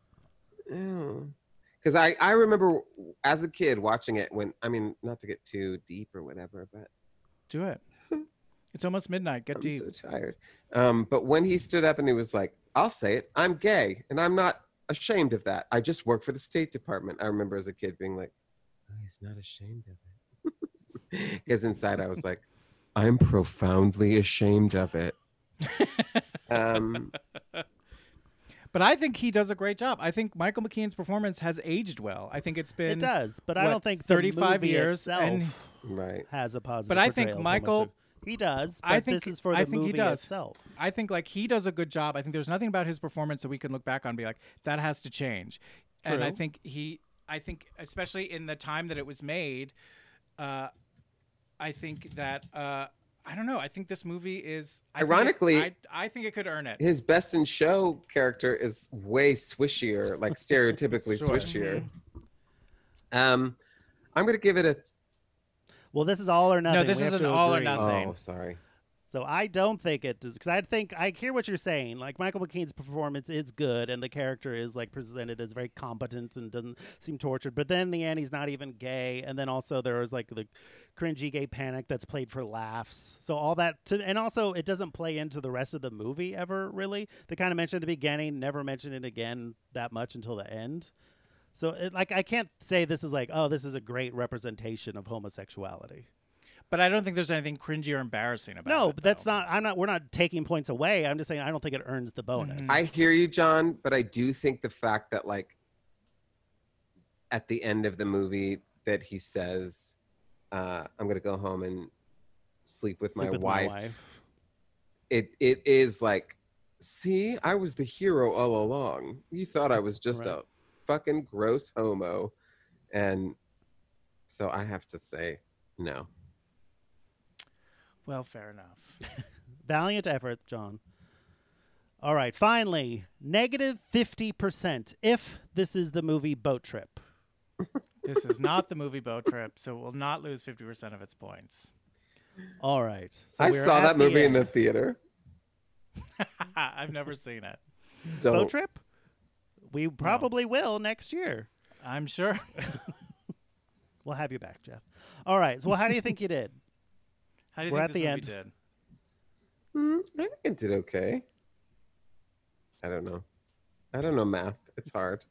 E: because I, I remember as a kid watching it when, I mean, not to get too deep or whatever, but
C: Do
E: [laughs]
C: it. It's almost midnight. Get
E: I'm
C: deep.
E: so tired. Um, but when he stood up and he was like, I'll say it, I'm gay and I'm not ashamed of that. I just work for the State Department. I remember as a kid being like, oh, he's not ashamed of it. [laughs] Because inside I was like, I'm profoundly ashamed of it. um,
C: But I think he does a great job. I think Michael McKean's performance has aged well. I think it's been
D: It does, but I
C: what,
D: don't think the
C: 35
D: movie
C: years
D: itself
C: and-
E: right.
D: has a positive.
C: But I think
D: portrayal of
C: Michael-
D: homosexual- he does. But
C: I think
D: this is for the
C: I think
D: movie
C: he does.
D: itself.
C: I think like he does a good job. I think there's nothing about his performance that we can look back on and be like that has to change. And I
D: True.
C: think he I think especially in the time that it was made uh I think that uh I don't know. I think this movie is I think it-
E: Ironically-
C: I, I think it could earn it.
E: his best in show character is way swishier,
C: [laughs]
E: like stereotypically swishier.
C: Mm-hmm.
E: Um, I'm gonna give it a.
D: Well, this is all or nothing.
C: this
D: We
C: is
D: have
C: an
D: to
C: all or
D: agree.
C: nothing.
E: Oh,
C: Nothing.
E: sorry.
D: So I don't think it does because I think I hear what you're saying. Like Michael McKean's performance is good, and the character is like presented as very competent and doesn't seem tortured. But then in the end, he's not even gay, and then also there is like the cringy gay panic that's played for laughs. So all that, to, and also it doesn't play into the rest of the movie ever really. They kind of mentioned it at the beginning, never mentioned it again that much until the end. So it, like I can't say this is like oh this is a great representation of homosexuality.
C: But I don't think there's anything cringy or embarrassing about it.
D: No, but that's
C: though.
D: not. I'm not. We're not taking points away. I'm just saying I don't think it earns the bonus.
E: I hear you, John, but I do think the fact that like at the end of the movie that he says, uh, "I'm gonna go home and sleep with,
D: Sleep
E: my,
D: with
E: wife. It it is like, see, I was the hero all along. You thought I was just a
D: Right.
E: fucking gross homo, and so I have to say no.
C: Well, fair enough.
D: Valiant effort, John. All right. Finally, negative fifty percent. If this is the movie Boat Trip,
C: this is not the movie Boat Trip, so it will not lose 50% of its points. [laughs]
D: all right. So
E: I
D: we're
E: saw
D: at
E: that movie
D: end.
E: in the theater.
C: I've never seen it.
E: Don't.
D: Boat Trip. We probably will next year.
C: I'm sure.
D: We'll have you back, Jeff. All right. So, well, how do you think you did?
C: How do you
D: We're
C: think
D: at
C: this
D: the
C: movie
D: end.
C: did?
E: Hmm, I think it did okay. I don't know. I don't know math. It's hard.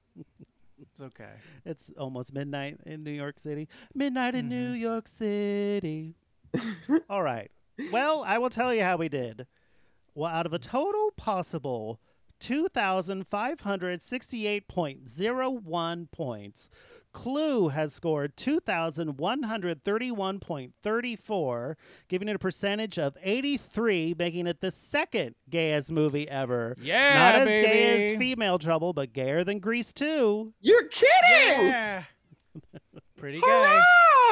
C: It's okay.
D: It's almost midnight in New York City. Midnight in
C: Mm-hmm.
D: New
C: [laughs]
D: York City. All right. Well, I will tell you how we did. Well, out of a total possible 2,568.01 points, Clue has scored 2,131.34, giving it a percentage of 83, making it the second gayest movie ever.
C: Yeah,
D: Not as gay
C: baby.
D: as Female Trouble, but gayer than Grease 2.
E: You're kidding!
C: Yeah. [laughs] Pretty gay.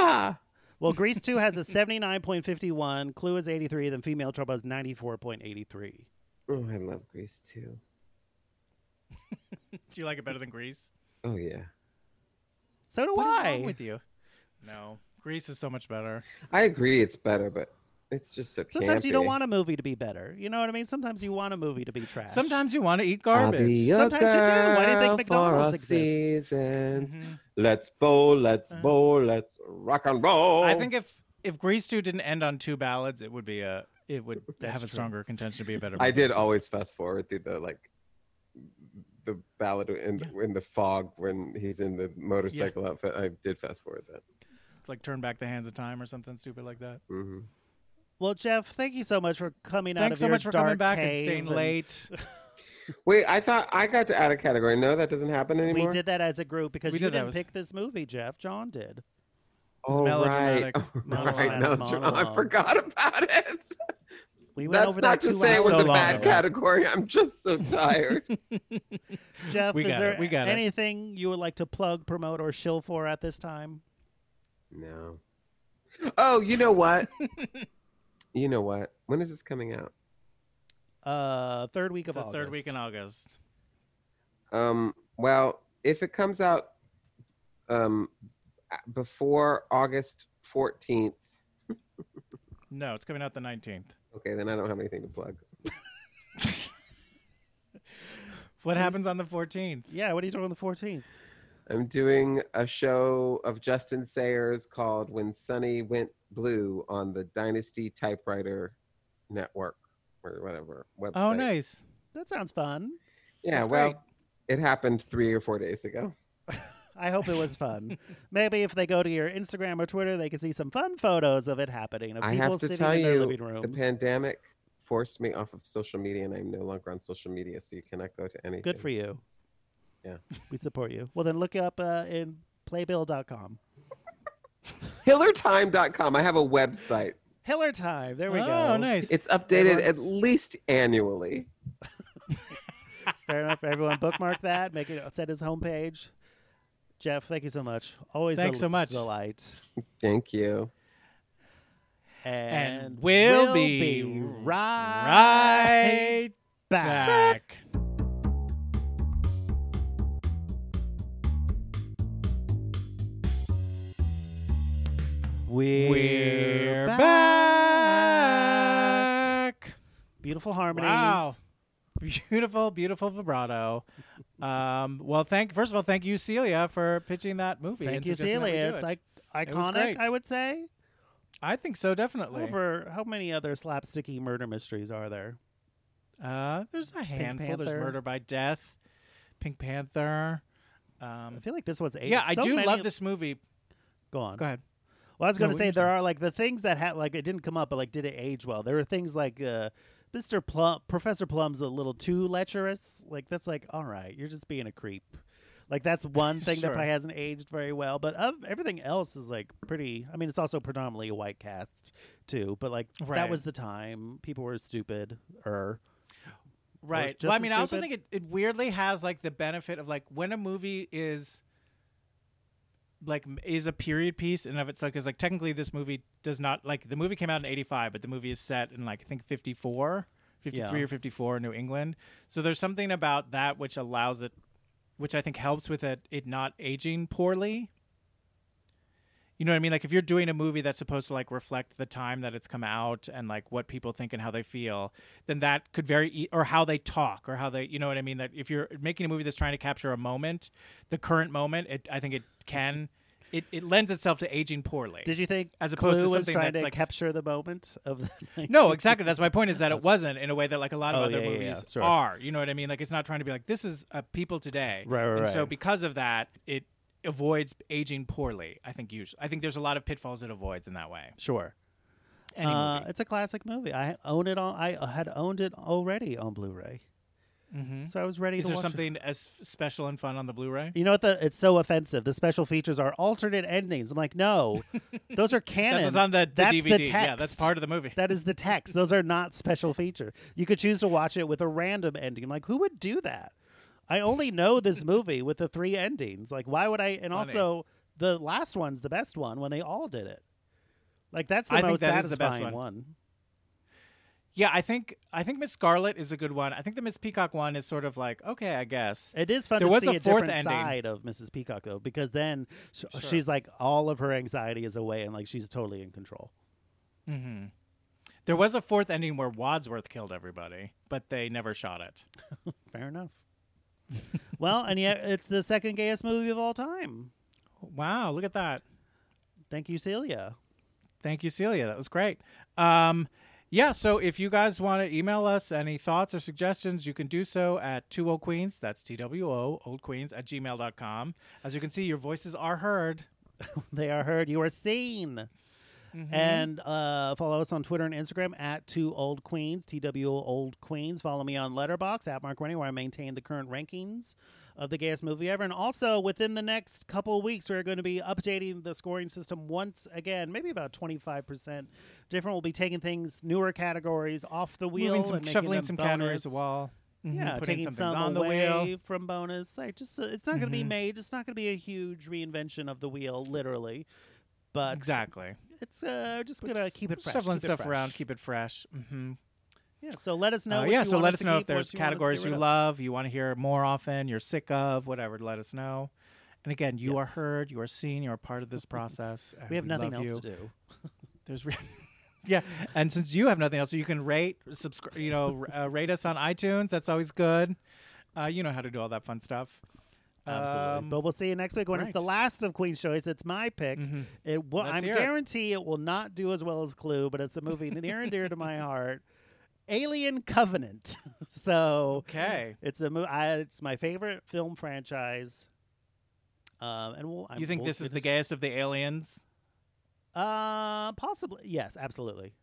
E: Ah!
D: Well, Grease 2 has a 79.51, Clue is 83, then Female Trouble is 94.83.
E: Oh, I love Grease too.
C: Do you like it better than Grease?
E: Oh yeah,
D: So do
C: What
D: I.
C: is wrong with you? No, Grease is so much better.
E: I agree. It's better, but it's just so.
D: Sometimes you don't
E: campy.
D: want a movie to be better. You know what I mean? Sometimes you want a movie to be trash.
C: Sometimes you want to eat
E: I'll
C: garbage.
E: be your
D: Sometimes you do. Why do you think
E: girl for
D: McDonald's
E: a
D: exists? Mm-hmm. Uh-huh.
E: season.
C: Mhm.
E: Let's bowl, let's
C: Uh.
E: bowl, let's rock and roll.
C: I think if if Grease two didn't end on two ballads, it would be a it
E: [laughs]
C: would have a stronger contention to be a better.
E: I
C: movie.
E: did always fast forward through the like the ballad in, in the fog when he's in the motorcycle outfit. I did fast forward that.
C: like turn back the hands of time or something stupid like that.
E: hmm
D: Well, Jeff, thank you so much for coming out of
C: Thanks so
D: your
C: much for coming
D: dark
C: back and
D: cave
C: staying late.
E: Wait, I thought I got to add a category. No, that doesn't happen
D: We
E: anymore.
D: did that as a group because
C: We
D: you
C: did that.
D: didn't
C: It was-
D: pick this movie, Jeff.
C: [laughs]
D: John did.
E: Oh, right. [laughs]
C: melodramatic.
E: Oh, right.
D: Melodramatic
E: melodrama- I
D: monologue.
E: forgot about it.
D: [laughs] We went
E: That's
D: over
E: not
D: that
E: to
D: two
E: say it
D: hours
E: was
C: so
E: a
C: long
E: bad
C: ago.
E: category. I'm
D: [laughs]
E: just so tired.
D: Jeff,
C: We
D: is
C: got
D: there
C: it. We got it.
D: anything you would like to plug, promote, or shill for at this time?
E: No. Oh, you know what?
D: [laughs]
E: you know what? When is this coming out?
D: Uh, third week of
C: the
D: August.
C: third week in August.
E: Um, well, if it comes out um a- before August 14th,
C: No, it's coming out the nineteenth.
E: okay, then I don't have anything to plug.
C: What happens on the fourteenth?
D: Yeah, what are you doing on the 14th?
E: I'm doing a show of Justin Sayers called When Sunny Went Blue on the Dynasty Typewriter Network or whatever website.
C: Oh, nice.
D: That sounds fun.
E: Yeah,
C: That's
E: well,
C: great.
E: it happened 3 or 4 days ago.
D: I hope it
C: [laughs]
D: was fun. Maybe if they go to your Instagram or Twitter, they can see some fun photos of it happening. Of
E: I
D: people
E: have to
D: sitting
E: tell
D: in their
E: you,
D: living rooms.
E: the pandemic forced me off of social media, and I'm no longer on social media, so you cannot go to anything.
D: Good for you.
E: Yeah.
D: [laughs] We support you. Well, then look up uh, in playbill.com.
E: Hillertime.com. I have a website.
D: Hiller time. There we
C: oh,
D: go.
C: nice.
E: It's updated at least annually.
D: Fair enough. Everyone bookmark that. Make it set his homepage. Jeff, thank you so much. Always
C: Thanks
D: a
C: so much.
D: delight.
E: Thank you.
D: And,
C: we'll
D: we'll
C: be
D: be right,
C: right
D: back.
C: back.
D: We're,
C: We're
D: back.
C: back.
D: Beautiful harmonies.
C: Wow. Beautiful, beautiful vibrato. Um, well, thank first of all, thank you, Celia, for pitching that movie.
D: Thank
C: and
D: you,
C: suggesting that we
D: Celia.
C: do
D: It's
C: it.
D: like
C: It was
D: iconic,
C: great.
D: I would say.
C: I think so, definitely.
D: Over how many other slapsticky murder mysteries are there?
C: Uh, there's a handful. There's
D: Panther.
C: Murder by Death, Pink Panther.
D: I
C: Um,
D: feel like this one's eight.
C: yeah, I
D: so
C: do
D: many
C: love
D: of-
C: this movie.
D: Go on.
C: Go ahead.
D: Well, I was
C: No,
D: going to
C: what
D: say
C: you
D: there
C: saying?
D: are like the things that had like it didn't come up, but like did it age well? There were things like uh, Mr. Plum, Professor Plum's a little too lecherous. Like that's like all right, you're just being a creep. Like that's one thing that
C: Sure.
D: probably hasn't aged very well, but oth- everything else is like pretty. I mean, it's also predominantly a white cast too, but like that
C: Right.
D: was the time people were stupid. Er,
C: Right.
D: just
C: Well, I
D: as
C: mean, I also
D: stupid.
C: think it, it weirdly has like the benefit of like when a movie is like m- is a period piece and of itself because like technically this movie does not like the movie came out in 85 but the movie is set in like i think 54 53
D: Yeah.
C: or 54 in new england so there's something about that which allows it which i think helps with it it not aging poorly you know what i mean like if you're doing a movie that's supposed to like reflect the time that it's come out and like what people think and how they feel then that could very e- or how they talk or how they you know what i mean that if you're making a movie that's trying to capture a moment the current moment it, i think it can it, it lends itself to aging poorly
D: did you think
C: As opposed to
D: Clue was
C: something
D: trying
C: that's,
D: to
C: like-
D: capture the moment of the [laughs]
C: no exactly that's my point is that it wasn't in a way that like a lot of
D: Oh,
C: other
D: yeah, yeah, yeah,
C: movies
D: sure.
C: are you know what i mean like it's not trying to be like this is uh, people today
D: Right, right,
C: and so
D: right.
C: because of that it avoids aging poorly i think usually i think there's a lot of pitfalls it avoids in that way
D: Sure.
C: Any
D: Uh,
C: movie.
D: it's a classic movie. I own it on. I had owned it already on Blu-ray,
C: Mhm.
D: so I was ready
C: Is
D: to
C: there
D: watch it.
C: something as f- special and fun on the Blu-ray?
D: You know what? The, it's so offensive. The special features are alternate endings. I'm
C: [laughs]
D: like, no, those are canon.
C: That's what's on the, the
D: that's
C: DVD.
D: The text.
C: yeah, that's part of the movie.
D: That is the text. Those are not special feature. You could choose to watch it with a random ending. I'm like, who would do that? I only know this movie with the three endings. Like, why would I? And also, the last one's the best one when they all did it. Like that's the
C: I think
D: most
C: that is the best
D: satisfying
C: one.
D: one.
C: Yeah, I think I think Miss Scarlet is a good one. I think the Miss Peacock one is sort of like okay, I guess.
D: It is fun
C: There
D: to
C: was
D: see
C: a
D: a,
C: fourth
D: different
C: ending.
D: side of Mrs. Peacock though, because then sh- she's like all of her anxiety is away and like she's totally in control.
C: There was a fourth ending where Wadsworth killed everybody, but they never shot it. [laughs]
D: Fair enough. well, and yet it's the second gayest movie of all time.
C: Wow, look at that.
D: Thank you, Celia.
C: Thank you, Celia. That was great. Um, yeah, so if you guys want to email us any thoughts or suggestions, you can do so at two old queens. That's T W O old queens at gmail.com. As you can see, your voices are heard.
D: They are heard. You are seen.
C: Mm-hmm.
D: And uh, follow us on Twitter and Instagram at Two Old Queens, TW Old Queens. Follow me on Letterbox at Mark Rennie, where I maintain the current rankings of the gayest movie ever. And also within the next couple of weeks, we're going to be updating the scoring system once again. Maybe about twenty five percent different. We'll be taking things newer categories off the wheel,
C: Moving some,
D: and making
C: shoveling
D: them
C: some
D: bonus.
C: categories to the wall. Mhm,
D: Yeah,
C: putting
D: taking
C: some things
D: some
C: on the
D: away
C: wheel. Mm-hmm.
D: from bonus. Like, just uh, it's not going to be made. It's not going to be a huge reinvention of the wheel, literally. But
C: Exactly.
D: it's uh, just gonna keep it fresh.
C: Shoveling
D: keep it
C: stuff around,
D: fresh.
C: keep it fresh. hmm
D: yeah. So let us know.
C: Uh,
D: what
C: yeah,
D: you
C: so
D: want
C: let us
D: to
C: know if
D: keep, what
C: there's
D: want us to
C: categories
D: get
C: you
D: rid of.
C: love, you want to hear more often, you're sick of, whatever. Let us know. And again, you are heard, you are seen, you are part of this process. and
D: [laughs] We have nothing
C: love
D: else
C: you.
D: to do.
C: There's, re- [laughs] yeah, and since you have nothing else, you can rate, subscribe, you know, r- uh, rate us on iTunes. That's always good. Uh, you know how to do all that fun stuff.
D: Absolutely.
C: Um,
D: but we'll see you next week when it's the
C: right. Mm-hmm.
D: last of Queen's Choice. It's my pick. It will,
C: Let's
D: I'm
C: hear it.
D: guarantee it will not do as well as Clue, but it's a movie near and dear
C: [laughs]
D: to my heart. Alien Covenant. [laughs] so
C: Okay.
D: it's a movie. It's my favorite film franchise. Um, and we'll, I'm-
C: You think
D: we'll
C: this is the
D: finish-
C: gayest of the aliens?
D: Uh, possibly. Yes, absolutely.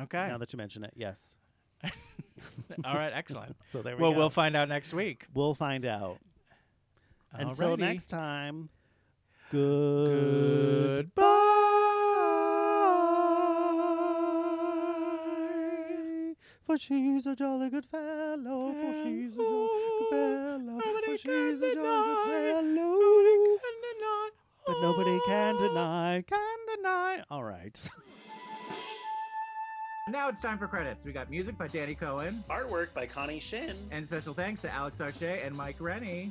C: Okay.
D: Now that you mention it, yes.
C: [laughs] all right. Excellent.
D: So [laughs] there we
C: well,
D: go.
C: we'll find out next week.
D: We'll find out. Until
C: Alrighty.
D: next time, good.
C: Goodbye.
D: For she's a jolly good fellow. For she's a jolly good fellow. For she's a jolly good fellow. But nobody can
C: Oh.
D: deny, can deny. All right.
C: [laughs] Now it's time for credits. We got music by Danny Cohen,
D: Artwork by Connie Shin.
C: and special thanks to Alex Archet and Mike Rennie.